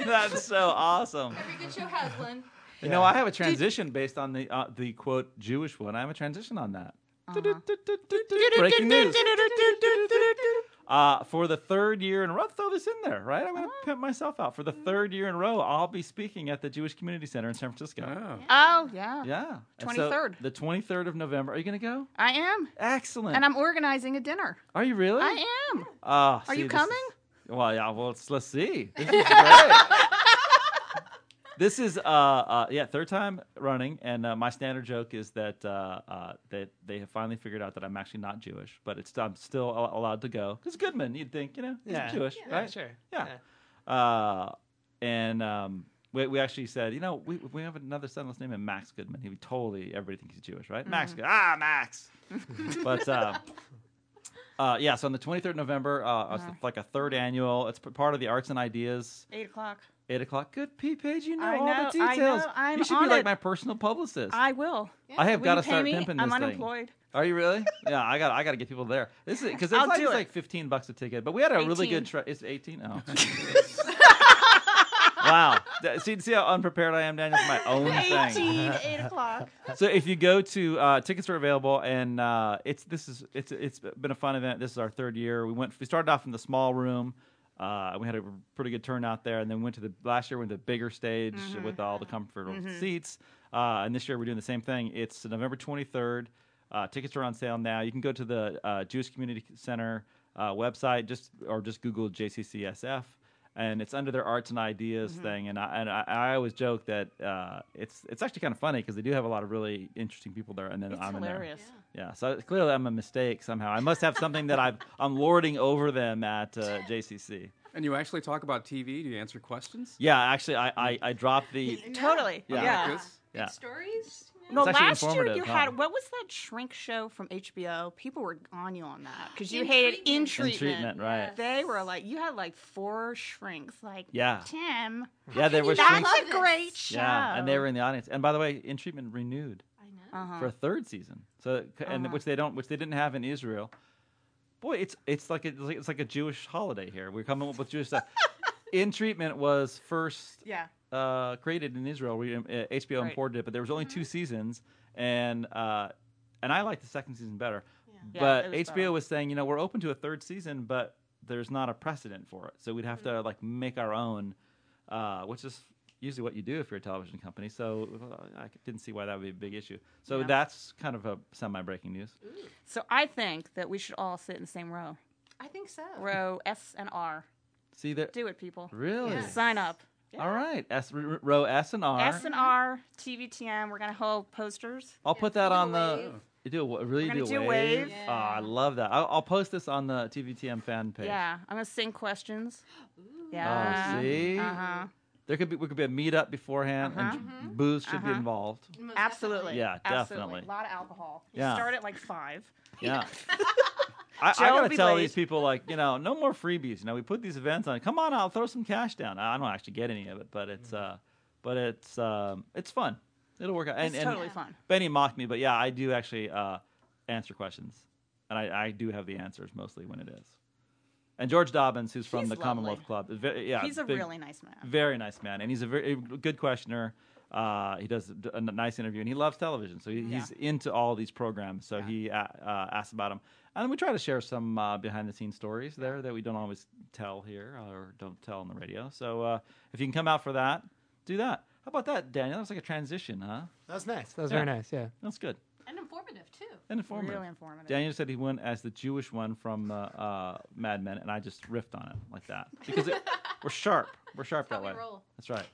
Speaker 1: That's so awesome.
Speaker 5: Every good show has one.
Speaker 1: You know, I have a transition based on the uh, the quote Jewish one. I have a transition on that. Breaking news. Uh, for the third year in a row, I'll throw this in there, right? I'm going to
Speaker 6: Uh-huh.
Speaker 1: pimp myself out. For
Speaker 6: Mm-hmm.
Speaker 1: the third year in a row, I'll be speaking at the Jewish Community Center in San Francisco.
Speaker 6: Oh yeah.
Speaker 1: Yeah. And so
Speaker 6: 23rd.
Speaker 1: the 23rd of November. Are you going to go?
Speaker 6: I am.
Speaker 1: Excellent.
Speaker 6: Mm. And I'm organizing a dinner.
Speaker 1: Are you really?
Speaker 6: I am.
Speaker 1: Ah,
Speaker 6: Are
Speaker 1: see,
Speaker 6: you
Speaker 1: this is-
Speaker 6: coming?
Speaker 1: well, yeah. Well, let's, let's see. This is
Speaker 8: <laughs>
Speaker 1: great. this is uh, uh, yeah, third time running, and uh, my standard joke is that uh, uh, that they have finally figured out that I'm actually not Jewish, but it's I'm still al- allowed to go because Goodman, you'd think, you know,
Speaker 8: <laughs>
Speaker 1: he's
Speaker 8: Yeah.
Speaker 1: Jewish,
Speaker 8: Yeah,
Speaker 1: right?
Speaker 8: sure.
Speaker 1: Yeah. Uh, and um, we, we actually said, you know, we, we have another son. Let's name him Max Goodman. He would totally everybody thinks he's Jewish, right? Max
Speaker 8: Mm-hmm.
Speaker 1: Goodman. Ah, Max. but uh, uh, yeah, so on the 23rd of November, uh,
Speaker 8: Uh-huh.
Speaker 1: it's
Speaker 6: Wow.
Speaker 1: like a third annual. It's p- part of the Arts and Ideas.
Speaker 6: Eight o'clock.
Speaker 1: Eight o'clock. Good, P page. You know
Speaker 6: I
Speaker 1: all
Speaker 6: know,
Speaker 1: the
Speaker 6: I
Speaker 1: details.
Speaker 6: know, I'm
Speaker 1: you should
Speaker 6: on
Speaker 1: be like
Speaker 6: it.
Speaker 1: my personal publicist.
Speaker 6: I will.
Speaker 1: I have
Speaker 6: Will
Speaker 1: got to
Speaker 6: you pay
Speaker 1: start
Speaker 6: me?
Speaker 1: pimping this
Speaker 6: I'm
Speaker 1: thing.
Speaker 6: unemployed.
Speaker 1: Are you really? yeah, I got. I got to get people there. This is because it's
Speaker 6: I'll
Speaker 1: like,
Speaker 6: do
Speaker 1: it's
Speaker 6: it.
Speaker 1: like fifteen bucks a ticket. But we had a really
Speaker 6: 18.
Speaker 1: good. Tra- it's eighteen.
Speaker 6: <laughs>
Speaker 1: Oh. wow. Th- See, see how unprepared I am, Daniel. For my own thing.
Speaker 6: 18, 8 o'clock.
Speaker 1: <laughs> so if you go to uh, tickets are available and uh, it's this is it's it's been a fun event this is our third year we went we started off in the small room uh, we had a pretty good turnout there and then went to the last year went to the bigger stage
Speaker 6: Mm-hmm.
Speaker 1: with all the comfortable
Speaker 6: Mhm.
Speaker 1: seats uh, and this year we're doing the same thing it's november 23rd uh, tickets are on sale now you can go to the uh, jewish community center uh, website just or just google jccsf and it's under their arts and ideas
Speaker 6: Mm-hmm.
Speaker 1: thing. And I and I, I always joke that uh, it's it's actually kind of funny because they do have a lot of really interesting people there. And then
Speaker 6: It's
Speaker 1: I'm
Speaker 6: hilarious.
Speaker 1: in there. Yeah. So clearly I'm a mistake somehow. I must have something that I've, I'm lording over them at uh, JCC.
Speaker 7: And you actually talk about TV? Do you answer
Speaker 1: <laughs>
Speaker 7: questions?
Speaker 1: Yeah. Actually, I I, I dropped the.
Speaker 6: <laughs> Totally.
Speaker 1: Yeah.
Speaker 6: Yeah.
Speaker 1: Yeah.
Speaker 5: Stories?
Speaker 6: No,
Speaker 1: It's actually
Speaker 6: last year
Speaker 1: informative,
Speaker 6: you
Speaker 1: huh?
Speaker 6: had what was that shrink show from HBO? People were on you on that because you
Speaker 5: In
Speaker 6: hated in
Speaker 1: In
Speaker 6: treatment.
Speaker 1: treatment, right?
Speaker 6: They were like, you had like four shrinks. Like,
Speaker 1: Yeah.
Speaker 6: Tim,
Speaker 1: Yeah, there were
Speaker 5: you not
Speaker 1: shrinks.
Speaker 5: love
Speaker 6: that's a
Speaker 5: this?
Speaker 6: great show.
Speaker 1: Yeah, and they were in the audience. And by the way, in treatment renewed.
Speaker 5: I know.
Speaker 6: Uh-huh.
Speaker 1: for a third season. So and
Speaker 6: Uh-huh.
Speaker 1: which they don't, which they didn't have in Israel. Boy, it's it's like a, it's like- it's like a Jewish holiday here. We're coming up with
Speaker 6: <laughs>
Speaker 1: Jewish stuff. in treatment was first
Speaker 6: yeah.
Speaker 1: uh, created in Israel. We, uh, HBO
Speaker 6: Right.
Speaker 1: imported it, but there was only two
Speaker 6: Mm-hmm.
Speaker 1: seasons, and uh, and I liked the second season better.
Speaker 6: Yeah,
Speaker 1: But
Speaker 6: it was
Speaker 1: HBO
Speaker 6: better.
Speaker 1: was saying, you know, we're open to a third season, but there's not a precedent for it, so we'd have
Speaker 6: Mm-hmm.
Speaker 1: to like make our own, uh, which is usually what you do if you're a television company. So uh, I didn't see why that would be a big issue. So
Speaker 6: Yeah.
Speaker 1: that's kind of a semi-breaking news.
Speaker 6: So I think that we should all sit in the same row,
Speaker 5: I think so.
Speaker 6: row S and R.
Speaker 1: See there,
Speaker 6: Do it, people.
Speaker 1: really?
Speaker 5: Yes.
Speaker 6: Sign up.
Speaker 1: All right, S r- row S and R.
Speaker 6: S and R TVTM. We're gonna hold posters.
Speaker 1: I'll put that
Speaker 5: Do a
Speaker 1: on the.
Speaker 5: wave.
Speaker 1: You do a, wa- really
Speaker 6: We're gonna
Speaker 1: do
Speaker 6: do
Speaker 1: a
Speaker 6: a
Speaker 1: wave.
Speaker 6: wave.
Speaker 1: Oh, I love that. I'll, I'll post this on the TVTM fan page.
Speaker 6: Yeah, I'm gonna sing questions.
Speaker 1: Oh,
Speaker 6: Yeah.
Speaker 1: see,
Speaker 6: Uh
Speaker 5: Uh-huh.
Speaker 6: huh.
Speaker 1: there could be we could be a meetup beforehand, and booze should be
Speaker 6: Uh-huh.
Speaker 1: involved.
Speaker 5: Most
Speaker 6: Absolutely.
Speaker 1: Yeah,
Speaker 6: Absolutely.
Speaker 1: definitely.
Speaker 6: A lot of alcohol. You
Speaker 1: Yeah.
Speaker 6: start at like five. <laughs>
Speaker 1: Yeah. I, I
Speaker 6: Joe will
Speaker 1: gotta
Speaker 6: be
Speaker 1: tell
Speaker 6: late.
Speaker 1: these people like you know no more freebies. You know we put these events on. Come on out, throw some cash down. I don't actually get any of it, but it's
Speaker 6: Mm-hmm.
Speaker 1: uh, but it's um, it's fun. It'll work out. And,
Speaker 6: it's
Speaker 1: and
Speaker 6: totally fun.
Speaker 1: Benny mocked me, but yeah, I do actually uh, answer questions, and I, I do have the answers mostly when it is. And George Dobbins, who's from
Speaker 6: He's
Speaker 1: the
Speaker 6: lovely.
Speaker 1: Commonwealth Club, is very, yeah,
Speaker 6: He's a
Speaker 1: big-
Speaker 6: really nice man.
Speaker 1: very nice man, and he's a very good questioner. Uh, he does a n- nice interview, and he loves television, so he, he's into all these programs. So he uh, uh, asks about them, and then we try to share some uh, behind-the-scenes stories there that we don't always tell here or don't tell on the radio. So uh, if you can come out for that, do that. How about that, Daniel? That was like a transition, huh?
Speaker 8: That was nice. That was
Speaker 1: Yeah.
Speaker 8: very nice. Yeah.
Speaker 1: That's good
Speaker 5: And informative, too.
Speaker 1: and informative.
Speaker 6: Really informative.
Speaker 1: Daniel said he went as the Jewish one from uh, uh, Mad Men, and I just riffed on it like that because it, we're sharp. We're sharp
Speaker 5: That's
Speaker 1: that
Speaker 5: how we
Speaker 1: way.
Speaker 5: roll.
Speaker 1: That's right.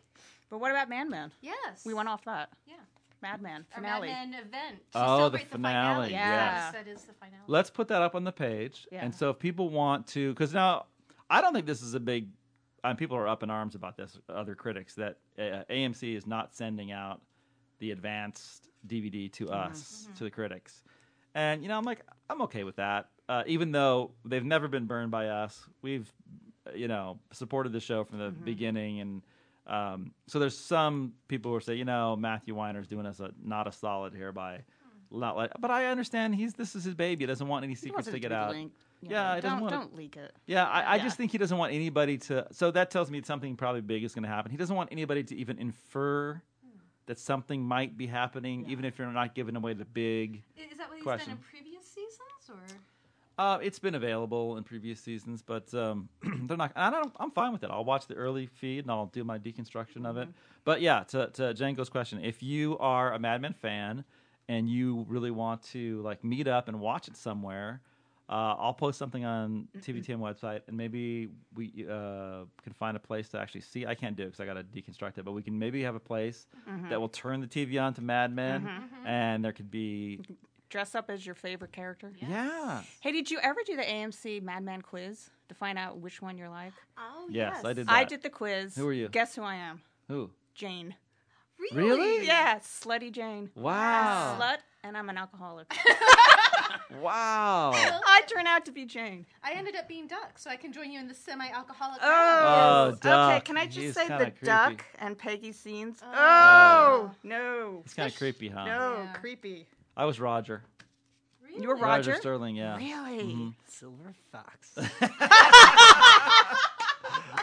Speaker 6: But what about Man Man?
Speaker 5: Yes.
Speaker 6: We went off that.
Speaker 5: Yeah.
Speaker 6: Madman
Speaker 5: Our
Speaker 6: finale.
Speaker 5: Mad Men event. To
Speaker 1: Oh, the
Speaker 5: celebrate
Speaker 1: finale,
Speaker 5: The finale.
Speaker 6: yes.
Speaker 5: That is the finale.
Speaker 1: Let's put that up on the page.
Speaker 6: Yeah.
Speaker 1: And so if people want to, because now I don't think this is a big, and people are up in arms about this, other critics, that uh, AMC is not sending out the advanced DVD to us, to the critics. And you know, I'm like, I'm okay with that. Uh, even though they've never been burned by us, we've, uh, you know, supported the show from the
Speaker 11: Mhm.
Speaker 1: beginning. And um, so there's some people who say, you know, Matthew Weiner's doing us a not a solid here by not like. But I understand he's this is his baby. Hmm. He doesn't want any
Speaker 6: wants
Speaker 1: secrets
Speaker 6: it
Speaker 1: to
Speaker 6: to
Speaker 1: get
Speaker 6: be
Speaker 1: out.
Speaker 6: linked, you
Speaker 1: Yeah,
Speaker 6: know,
Speaker 1: he doesn't
Speaker 6: don't-
Speaker 1: want
Speaker 6: don't leak it.
Speaker 1: Yeah, I, I
Speaker 6: Yeah.
Speaker 1: just think he doesn't want anybody to. So that tells me something probably big is going to happen. He doesn't want anybody to even infer
Speaker 5: Hmm.
Speaker 1: that something might be happening, even if you're not giving away the big.
Speaker 5: Is that what he's
Speaker 1: question.
Speaker 5: done in previous seasons, or?
Speaker 1: Uh, it's been available in previous seasons, but um, <clears throat> they're not. And I don't, I'm fine with it. I'll watch the early feed and I'll do my deconstruction of it. But yeah, to, to Django's question, if you are a Mad Men fan and you really want to like meet up and watch it somewhere, uh, I'll post something on TVTM website and maybe we uh, can find a place to actually see. I can't do it because I got to deconstruct it, but we can maybe have a place
Speaker 6: Mhm.
Speaker 1: that will turn the TV on to Mad Men,
Speaker 6: Mhm.
Speaker 1: and there could be
Speaker 6: Dress up as your favorite character.
Speaker 1: yeah.
Speaker 6: Hey, did you ever do the AMC Madman quiz to find out which one you're like?
Speaker 5: Oh
Speaker 1: Yes, yes. I did
Speaker 6: I
Speaker 1: that.
Speaker 6: did the quiz.
Speaker 1: Who are you?
Speaker 6: Guess who I am?
Speaker 1: Who?
Speaker 6: Jane.
Speaker 1: Really? Really?
Speaker 6: Yeah, slutty Jane.
Speaker 1: Wow.
Speaker 6: I'm a slut, and I'm an <laughs> alcoholic.
Speaker 1: Wow.
Speaker 5: <laughs>
Speaker 6: I turn out to be Jane.
Speaker 5: I ended up being Duck, so I can join you in the semi-alcoholic.
Speaker 1: Oh,
Speaker 5: round.
Speaker 1: Duck.
Speaker 6: Okay, can I just
Speaker 1: He's
Speaker 6: say
Speaker 1: kinda
Speaker 6: the
Speaker 1: creepy.
Speaker 6: duck and Peggy scenes? Oh, no.
Speaker 1: It's kind of creepy, huh?
Speaker 6: No, creepy.
Speaker 1: I was Roger.
Speaker 6: You were
Speaker 1: Roger
Speaker 6: Roger?
Speaker 1: Sterling, yeah.
Speaker 6: Really?
Speaker 1: Mhm.
Speaker 8: Silver Fox.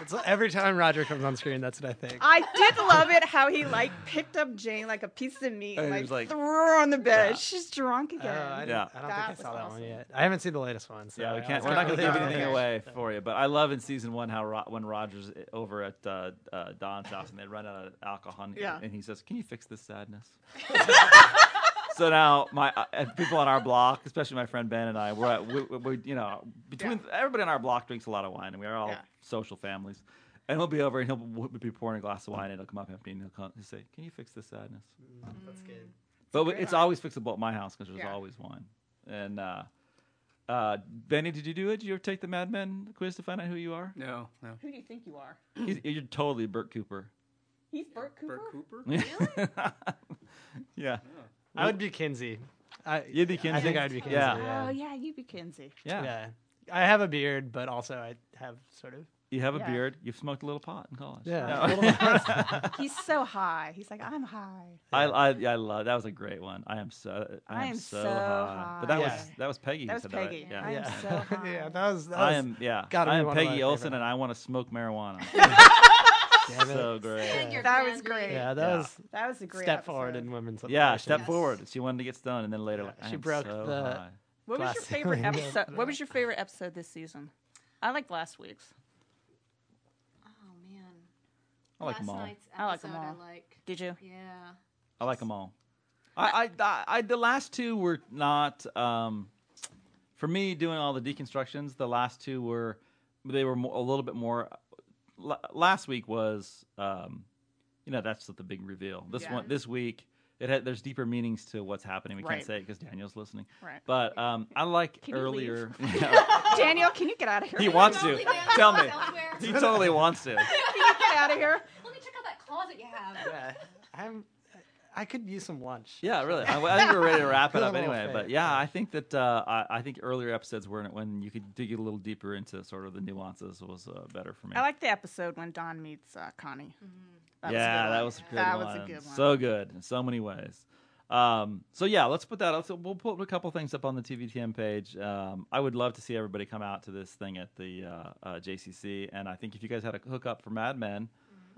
Speaker 8: It's every time Roger comes on screen, that's what I think.
Speaker 6: <laughs> I did love it how he like picked up Jane like a piece of meat and
Speaker 8: And he
Speaker 6: like,
Speaker 8: was like,
Speaker 6: threw her on the bed.
Speaker 8: yeah.
Speaker 6: She's drunk again.
Speaker 8: Oh, I, didn't-
Speaker 1: Yeah.
Speaker 8: I don't
Speaker 6: That
Speaker 8: think I
Speaker 6: was
Speaker 8: saw that one
Speaker 6: awesome.
Speaker 8: yet. I haven't seen the latest one. So
Speaker 1: yeah, we
Speaker 8: I
Speaker 1: can't.
Speaker 8: was
Speaker 1: We're not
Speaker 8: kinda
Speaker 1: going to give
Speaker 8: looking
Speaker 1: anything
Speaker 8: forward to it.
Speaker 1: away for you, but I love in season one how Ro- when Roger's over at uh, uh, Don's house and they run out of alcohol, and,
Speaker 6: Yeah.
Speaker 1: and he says, "Can you fix this sadness?" <laughs> so now my uh, and people on our block, especially my friend Ben and I, we're at, we, we, we- you know between everybody on our block drinks a lot of wine, and we are all
Speaker 6: Yeah.
Speaker 1: social families. And he'll be over and he'll we'll be pouring a glass of wine, and it'll come up empty, and he'll come and say, "Can you fix this sadness?"
Speaker 6: Mm.
Speaker 8: That's good.
Speaker 1: But we- it's always fixable at my house because there's
Speaker 8: Yeah.
Speaker 1: always one. And uh, uh, Benny, did you do it? Did you ever take the Mad Men quiz to find out who you are?
Speaker 7: No, no.
Speaker 6: Who do you think you are?
Speaker 1: <clears throat> He's, you're totally Burt Cooper. <laughs>
Speaker 6: He's Burt Cooper. Burt Cooper? <laughs>
Speaker 1: yeah.
Speaker 8: I would be Kinsey. I,
Speaker 1: You'd be
Speaker 8: I
Speaker 1: Kinsey?
Speaker 8: think I'd be Kinsey.
Speaker 1: Yeah.
Speaker 8: yeah.
Speaker 6: Oh yeah, you be Kinsey.
Speaker 8: I have a beard, but also I have sort of.
Speaker 1: You have a
Speaker 6: Yeah.
Speaker 1: beard. You've smoked a little pot in
Speaker 8: <laughs>
Speaker 1: college. <laughs>
Speaker 8: Yeah.
Speaker 1: No.
Speaker 6: <laughs> He's so high. He's like, I'm high.
Speaker 1: <laughs> I, I I love that was a great one. I am so I,
Speaker 6: I
Speaker 1: am
Speaker 6: am
Speaker 1: so,
Speaker 6: so
Speaker 1: high. But that
Speaker 6: high.
Speaker 1: was that was Peggy.
Speaker 6: That
Speaker 1: who
Speaker 6: was
Speaker 1: said
Speaker 6: Peggy.
Speaker 1: That, right?
Speaker 6: I
Speaker 1: Yeah.
Speaker 6: am
Speaker 1: yeah.
Speaker 6: so high.
Speaker 8: <laughs> Yeah, that was. That
Speaker 1: I
Speaker 8: was
Speaker 1: am yeah.
Speaker 8: Gotta
Speaker 1: I
Speaker 8: be
Speaker 1: am
Speaker 8: one of my
Speaker 1: Peggy Olson,
Speaker 8: favorite
Speaker 1: and I want to smoke <laughs> marijuana.
Speaker 8: Damn it.
Speaker 1: so great.
Speaker 6: That was great.
Speaker 8: Yeah, that was
Speaker 6: that was a great
Speaker 8: step
Speaker 6: episode.
Speaker 8: forward in women's.
Speaker 1: Yeah,
Speaker 8: liberation.
Speaker 1: step forward. She wanted to get stoned, and then later, like, I
Speaker 8: She
Speaker 1: am
Speaker 8: broke
Speaker 1: so
Speaker 8: the.
Speaker 1: high.
Speaker 6: What was your
Speaker 8: glass
Speaker 1: <laughs>
Speaker 6: favorite
Speaker 8: ceiling.
Speaker 6: episode? What was your favorite episode this season? I liked last week's.
Speaker 5: Oh man.
Speaker 1: I like
Speaker 5: Last
Speaker 1: them all.
Speaker 5: night's episode,
Speaker 6: I like 'em all.
Speaker 5: I like.
Speaker 6: Did you?
Speaker 1: <laughs>
Speaker 5: Yeah. <laughs>
Speaker 1: I like them all. I, I, I, I, the last two were not. Um, for me, doing all the deconstructions, the last two were, they were mo a little bit more. la last week was, um, you know, that's the big reveal. This
Speaker 6: Yeah.
Speaker 1: one, this week, it had there's deeper meanings to what's happening. We
Speaker 6: Right.
Speaker 1: can't say it because Daniel's listening.
Speaker 6: Right.
Speaker 1: But um, I like
Speaker 6: Can you leave? <laughs>
Speaker 1: earlier. Yeah.
Speaker 6: Daniel, can you get out of here?
Speaker 1: he wants to. Tell me. He totally wants
Speaker 6: <laughs>
Speaker 1: to.
Speaker 6: Can you get out of here?
Speaker 5: Let me check out that closet you have.
Speaker 8: Yeah, I'm. I could use some lunch.
Speaker 1: Yeah, really.
Speaker 6: <laughs>
Speaker 1: I, I think we're ready to wrap it up
Speaker 8: Little
Speaker 1: anyway.
Speaker 8: fade.
Speaker 1: But yeah, I think that uh, I, I think earlier episodes were when you could dig a little deeper into sort of the nuances was uh, better for me.
Speaker 6: I like the episode when Don meets uh, Connie.
Speaker 5: Mm-hmm.
Speaker 6: That was a
Speaker 1: yeah,
Speaker 6: good
Speaker 1: that
Speaker 6: one.
Speaker 1: was a good
Speaker 6: that
Speaker 1: one.
Speaker 6: was a good one.
Speaker 1: So good in so many ways. Um, so yeah, let's put that. Let's, we'll put a couple things up on the TVTM page. Um, I would love to see everybody come out to this thing at the uh, uh, JCC, and I think if you guys had a hookup for Mad Men,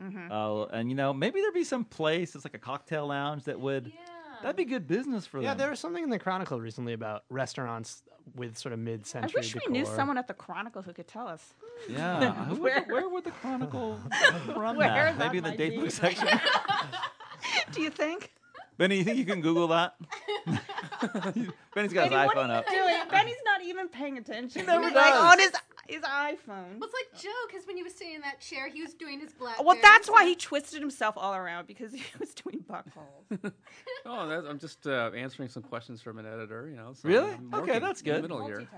Speaker 6: Mhm.
Speaker 1: uh, and you know maybe there'd be some place that's like a cocktail lounge that would that'd be good business for
Speaker 8: Yeah,
Speaker 1: them.
Speaker 8: there was something in the Chronicle recently about restaurants with sort of
Speaker 6: I
Speaker 8: mid-century.
Speaker 6: wish we knew
Speaker 8: decor.
Speaker 6: someone at the Chronicle who could tell us. <laughs>
Speaker 1: Yeah, who would- where? would the Chronicle run
Speaker 6: Where
Speaker 1: that?
Speaker 6: that
Speaker 1: Maybe in the
Speaker 6: might
Speaker 1: date
Speaker 6: be.
Speaker 1: book section.
Speaker 6: <laughs> Do you think?
Speaker 1: Benny, you think you can
Speaker 6: <laughs>
Speaker 1: Google that? Benny's got his
Speaker 6: Benny, what are
Speaker 1: iPhone
Speaker 6: you
Speaker 1: up.
Speaker 6: doing? Benny's not even paying attention. <laughs>
Speaker 1: He never
Speaker 6: He's
Speaker 1: does.
Speaker 6: Like on his his iPhone.
Speaker 5: Well, it's like Joe, because when he was sitting in that chair, he was doing his black.
Speaker 6: Well, that's why he twisted himself all around because <laughs> he was doing buckholes.
Speaker 7: Oh, that's, I'm just uh, answering some questions from an editor. You know. So
Speaker 1: Really?
Speaker 7: I'm
Speaker 1: Okay,
Speaker 7: working
Speaker 1: that's
Speaker 7: in the
Speaker 1: good.
Speaker 7: middle here.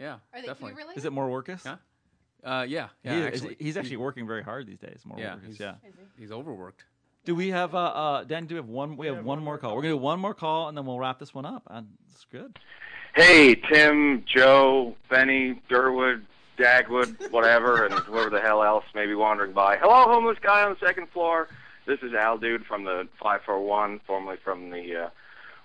Speaker 7: Yeah,
Speaker 5: Are they
Speaker 7: definitely.
Speaker 5: related?
Speaker 1: Is it more workus?
Speaker 7: Huh? Uh, yeah, yeah.
Speaker 1: He is-
Speaker 7: actually,
Speaker 1: he's actually working very hard these days. More
Speaker 7: yeah,
Speaker 1: workus.
Speaker 7: he's,
Speaker 1: Yeah.
Speaker 7: he's overworked.
Speaker 1: Do we have uh, uh Dan? Do we have one? We have one more call. We're gonna do one more call and then we'll wrap this one up. And it's
Speaker 6: <coughs>
Speaker 1: good.
Speaker 11: Hey, Tim, Joe, Benny, Durwood, Dagwood, whatever, and whoever the hell else may be wandering by. Hello, homeless guy on the second floor. This is Al Dude from the 541, formerly from the uh,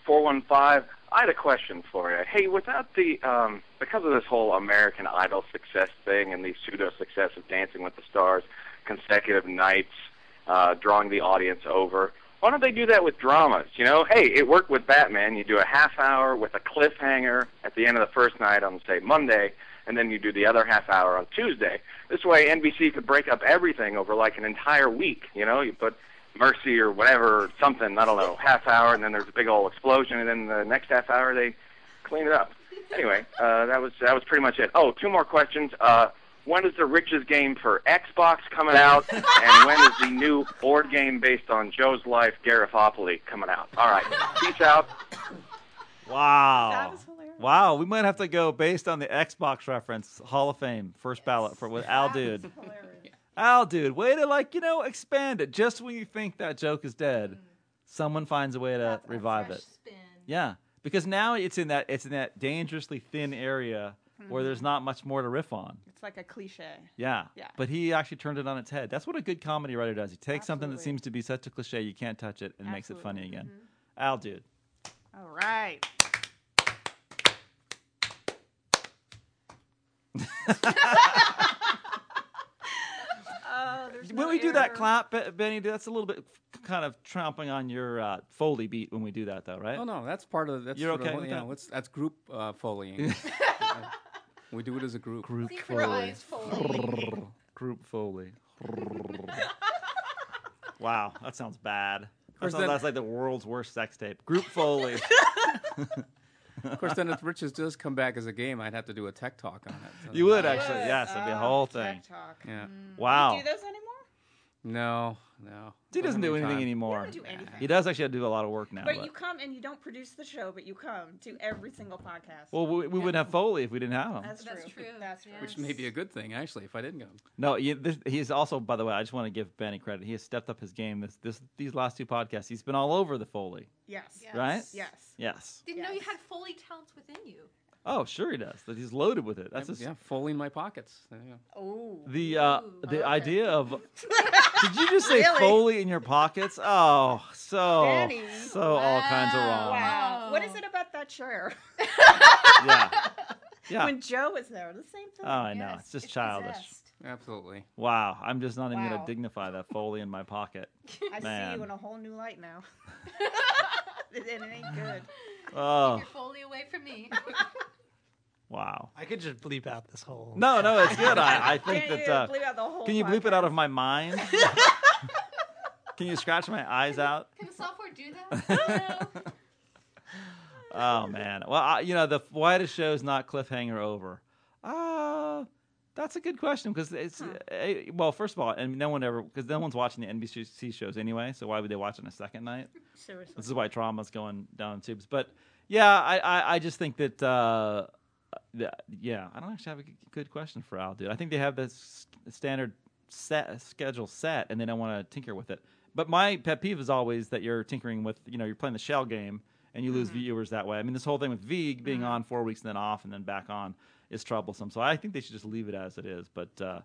Speaker 11: 415. I had a question for you. Hey, without the, um, because of this whole American Idol success thing and the pseudo success of Dancing with the Stars, consecutive nights, uh, drawing the audience over. Why don't they do that with dramas? You know, hey, it worked with Batman. You do a half hour with a cliffhanger at the end of the first night on, say, Monday, and then you do the other half hour on Tuesday. This way, NBC could break up everything over like an entire week. You know, you put Mercy or whatever, something, I don't know, half hour, and then there's a big old explosion, and then the next half hour they clean it up. Anyway, uh, that was that was pretty much it. Oh, two more questions. Uh, when is the riches game for Xbox coming out, and when is the new board game based on Joe's life, Garifopoly, coming out? All right, peace out.
Speaker 1: Wow. Wow. We might have to go based on the Xbox reference Hall of Fame first ballot for with Al Dude. Al Dude, way to like you know expand it. Just when you think that joke is dead, someone finds a way to revive it. Yeah, because now it's in that it's in that dangerously thin area where
Speaker 6: Mhm.
Speaker 1: there's not much more to riff on.
Speaker 6: It's like a cliche.
Speaker 1: Yeah.
Speaker 6: Yeah.
Speaker 1: But he actually turned it on its head. That's what a good comedy writer does. He takes something that
Speaker 6: Absolutely.
Speaker 1: seems to be such a cliche you can't touch it and makes it funny again.
Speaker 6: Mm-hmm.
Speaker 1: Al dude.
Speaker 6: All right. oh, there's
Speaker 1: when
Speaker 6: no
Speaker 1: we do
Speaker 6: error.
Speaker 1: that clap, Be- Benny, that's a little bit f- kind of trampling on your uh, Foley beat when we do that, though, right?
Speaker 7: Oh no, that's part of that's
Speaker 1: You're
Speaker 7: sort of
Speaker 1: okay
Speaker 7: what-
Speaker 1: with
Speaker 7: yeah,
Speaker 1: that?
Speaker 7: what's- that's group uh,
Speaker 1: <laughs>
Speaker 7: foleying. we do it as a group.
Speaker 1: Group
Speaker 7: foley.
Speaker 1: <laughs> Group Foley. wow, that sounds bad. That
Speaker 7: course,
Speaker 1: sounds,
Speaker 7: then-
Speaker 1: that's like the world's worst sex tape. Group <laughs> Foley.
Speaker 7: of course, then if riches does come back as a game, I'd have to do a tech talk on it.
Speaker 1: You would actually, yes, it'd
Speaker 6: Oh,
Speaker 1: be a whole thing.
Speaker 7: Yeah.
Speaker 1: Wow.
Speaker 6: Mm. Do those anymore?
Speaker 7: No, no.
Speaker 1: He doesn't do
Speaker 7: Doesn't have
Speaker 1: anything
Speaker 7: time.
Speaker 1: anymore.
Speaker 6: He doesn't do anything.
Speaker 1: He does actually have to do a lot of work now.
Speaker 6: but,
Speaker 1: but-
Speaker 6: you come and you don't produce the show, but you come to every single podcast.
Speaker 1: well, we, we wouldn't have Foley if we didn't have him.
Speaker 6: That's, true. That's true.
Speaker 7: Which may be a good thing actually if I didn't go.
Speaker 1: No, he, this, he's also. By the way, I just want to give Benny credit. He has stepped up his game. This, this, these last two podcasts, he's been all over the Foley.
Speaker 6: Yes. Yes.
Speaker 1: Right.
Speaker 6: Yes.
Speaker 1: Yes.
Speaker 5: Didn't know you had Foley talents within you.
Speaker 1: Oh, sure he does. That he's loaded with it. That's
Speaker 7: Yeah,
Speaker 1: just
Speaker 7: yeah, Foley in my pockets. There you go.
Speaker 6: Oh.
Speaker 1: the uh, the idea
Speaker 6: <laughs>
Speaker 1: of. Did you just say
Speaker 6: Really?
Speaker 1: Foley in your pockets? Oh, so
Speaker 6: Benny.
Speaker 1: so all kinds of wrong.
Speaker 6: Wow. What is it about that chair? <laughs>
Speaker 1: Yeah. Yeah.
Speaker 6: When Joe was there, the same thing.
Speaker 1: Oh, I know. It's just childish.
Speaker 7: Absolutely.
Speaker 1: Wow. I'm just not even
Speaker 6: Wow.
Speaker 1: gonna dignify that Foley in my pocket.
Speaker 6: <laughs> I
Speaker 1: Man.
Speaker 6: see you in a whole new light
Speaker 5: <laughs>
Speaker 6: now. it, it ain't good.
Speaker 1: Oh,
Speaker 5: Keep your Foley away from
Speaker 6: <laughs>
Speaker 5: me.
Speaker 1: wow.
Speaker 8: <laughs> I could just bleep out this whole.
Speaker 1: No,
Speaker 8: <laughs>
Speaker 1: no, it's
Speaker 6: <laughs>
Speaker 1: good. I, I think
Speaker 6: Can
Speaker 1: that.
Speaker 6: you
Speaker 1: Uh,
Speaker 6: bleep out the whole
Speaker 1: can you bleep it out of my mind?
Speaker 6: <laughs>
Speaker 1: can you scratch my
Speaker 6: <laughs>
Speaker 1: eyes out?
Speaker 5: Can the software do
Speaker 1: <laughs>
Speaker 5: that?
Speaker 1: Oh man. Well, I, you know the why the show's not cliffhanger over. Uh that's a good question because it's eh, well, first of all, and no one ever because no one's watching the NBC shows anyway, so why would they watch on a second night?
Speaker 6: Seriously.
Speaker 1: This is why trauma's going down tubes. But yeah, I, I, I just think that uh, th- yeah, I don't actually have a g- good question for Al, dude. I think they have this standard set schedule set, and they don't want to tinker with it. But my pet peeve is always that you're tinkering with you know you're playing the shell game and you lose viewers that way. I mean, this whole thing with Vig being on four weeks and then off and then back on is troublesome. So I think they should just leave it as it is. But uh,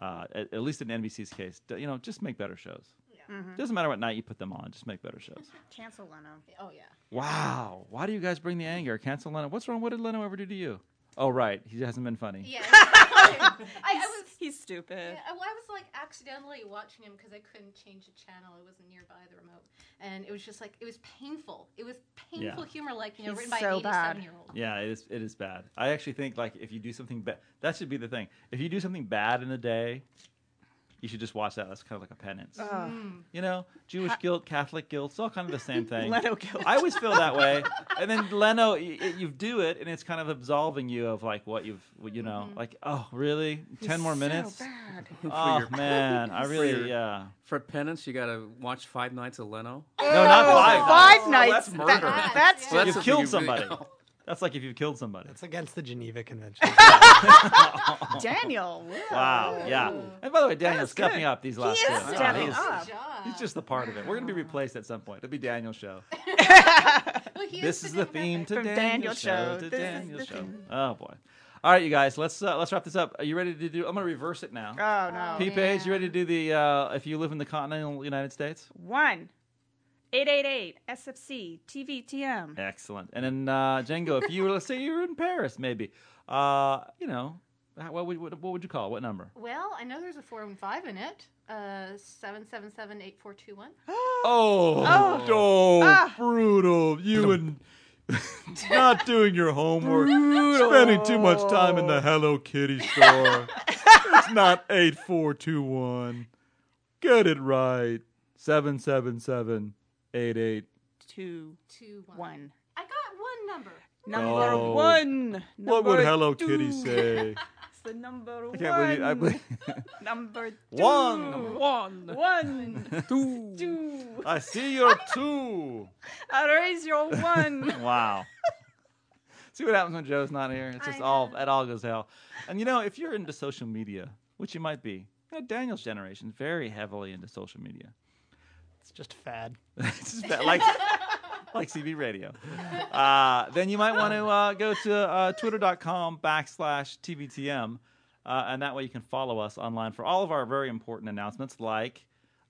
Speaker 1: uh, at, at least in NBC's case, d- you know, just make better shows.
Speaker 6: Mhm.
Speaker 1: Doesn't matter what night you put them on, just make better shows.
Speaker 6: Cancel Leno.
Speaker 5: Oh yeah.
Speaker 1: Wow. Why do you guys bring the anger? Cancel Leno. What's wrong? What did Leno ever do to you? Oh, right. He hasn't been funny.
Speaker 5: Yeah. I,
Speaker 6: <laughs>
Speaker 5: I
Speaker 6: he's,
Speaker 5: was.
Speaker 6: he's stupid.
Speaker 5: Yeah, I, well, I was like accidentally watching him because I couldn't change the channel. It wasn't nearby the remote, and it was just like it was painful. It was painful humor, like you know,
Speaker 6: He's
Speaker 5: written by
Speaker 6: so
Speaker 5: an
Speaker 6: bad.
Speaker 5: eighty-seven-year-old.
Speaker 1: Yeah, it is. It is bad. I actually think like if you do something bad, that should be the thing. If you do something bad in a day, you should just watch that. That's kind of like a penance. You know, Jewish guilt, Catholic guilt, it's all kind of the same thing.
Speaker 6: Leno guilt.
Speaker 1: I always feel
Speaker 6: <laughs>
Speaker 1: that way. And then Leno, y- y- you do it, and it's kind of absolving you of like what you've, what, you know,
Speaker 6: Mm-hmm.
Speaker 1: like oh really, ten more
Speaker 7: <laughs>
Speaker 1: minutes.
Speaker 6: bad.
Speaker 1: Oh
Speaker 7: your-
Speaker 1: man,
Speaker 7: <laughs>
Speaker 1: I
Speaker 7: for
Speaker 1: really
Speaker 7: your-
Speaker 1: yeah.
Speaker 7: For penance, you got to watch five nights of Leno.
Speaker 1: No, not five.
Speaker 6: Oh, Five nights.
Speaker 7: that's murder.
Speaker 5: Yeah.
Speaker 6: That- that's
Speaker 7: Well,
Speaker 1: you've
Speaker 7: something
Speaker 1: killed
Speaker 7: you really-
Speaker 1: somebody. That's like if you've killed somebody.
Speaker 6: <laughs>
Speaker 8: It's against the Geneva Convention.
Speaker 1: <laughs>
Speaker 6: Daniel.
Speaker 1: Wow. Yeah. And by the way, Daniel's stepping up these last
Speaker 6: is
Speaker 1: two.
Speaker 6: stepping
Speaker 1: he's,
Speaker 6: up. Good
Speaker 1: He's just a part of it. We're gonna be replaced at some point. It'll be
Speaker 6: <laughs>
Speaker 1: Daniel's show. this is the theme to
Speaker 6: From Daniel's
Speaker 1: Daniel's, show.
Speaker 6: show.
Speaker 1: To
Speaker 6: This is
Speaker 1: Daniel's
Speaker 6: the
Speaker 1: show.
Speaker 6: theme.
Speaker 1: Oh boy. All right, you guys. Let's uh, let's wrap this up. Are you ready to do? I'm gonna reverse it now.
Speaker 6: Oh, no.
Speaker 1: P page, you ready to do the? Uh, if you live in the continental United States.
Speaker 6: One. 888 SFC TVTM.
Speaker 1: Excellent. And then uh, Django, if you were, let's say you were in Paris, maybe, uh, you know, how- what would what, what would you call? it? What number?
Speaker 5: Well, I know there's a four and five in it. Uh, seven seven seven eight four two
Speaker 6: <gasps>
Speaker 5: one. <gasps>
Speaker 1: Oh,
Speaker 5: Oh.
Speaker 1: no,
Speaker 5: Ah.
Speaker 1: brutal! You and <laughs> not doing your homework, spending too much time in the Hello Kitty store. it's not eight four two one. Get it right. Seven seven seven eight eight.
Speaker 6: Two.
Speaker 5: Two one.
Speaker 6: One.
Speaker 5: I got one number.
Speaker 6: Number
Speaker 1: No.
Speaker 6: one.
Speaker 1: What would
Speaker 6: Number
Speaker 1: Hello
Speaker 6: two. <laughs>
Speaker 1: Kitty say?
Speaker 6: It's the number
Speaker 1: I
Speaker 6: one.
Speaker 1: can't believe. I believe
Speaker 6: <laughs> Number two.
Speaker 1: One.
Speaker 6: One. One.
Speaker 1: two.
Speaker 6: two. <laughs>
Speaker 1: I see your two.
Speaker 6: I raise your
Speaker 1: <laughs>
Speaker 6: one.
Speaker 1: Wow. See what happens when Joe's not here? It's just all it all goes to hell. And you know, if you're into social media, which you might be, you know, Daniel's generation is very heavily into social media.
Speaker 8: It's just a fad.
Speaker 1: <laughs> It's just bad. like like CB radio. Uh, then you might want to uh, go to uh, twitter.com backslash TBTM. Uh, and that way you can follow us online for all of our very important announcements, like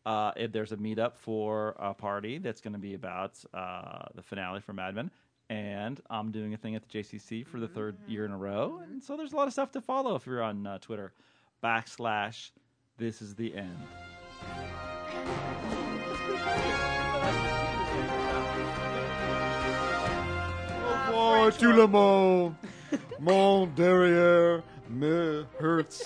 Speaker 1: uh, if there's a meetup for a party that's going to be about uh, the finale for Mad Men. And I'm doing a thing at the JCC for the 3rd year in a row. And so there's a lot of stuff to follow if you're on uh, Twitter backslash this is the end.
Speaker 4: Moi, tout le monde, mon derrière me hurts.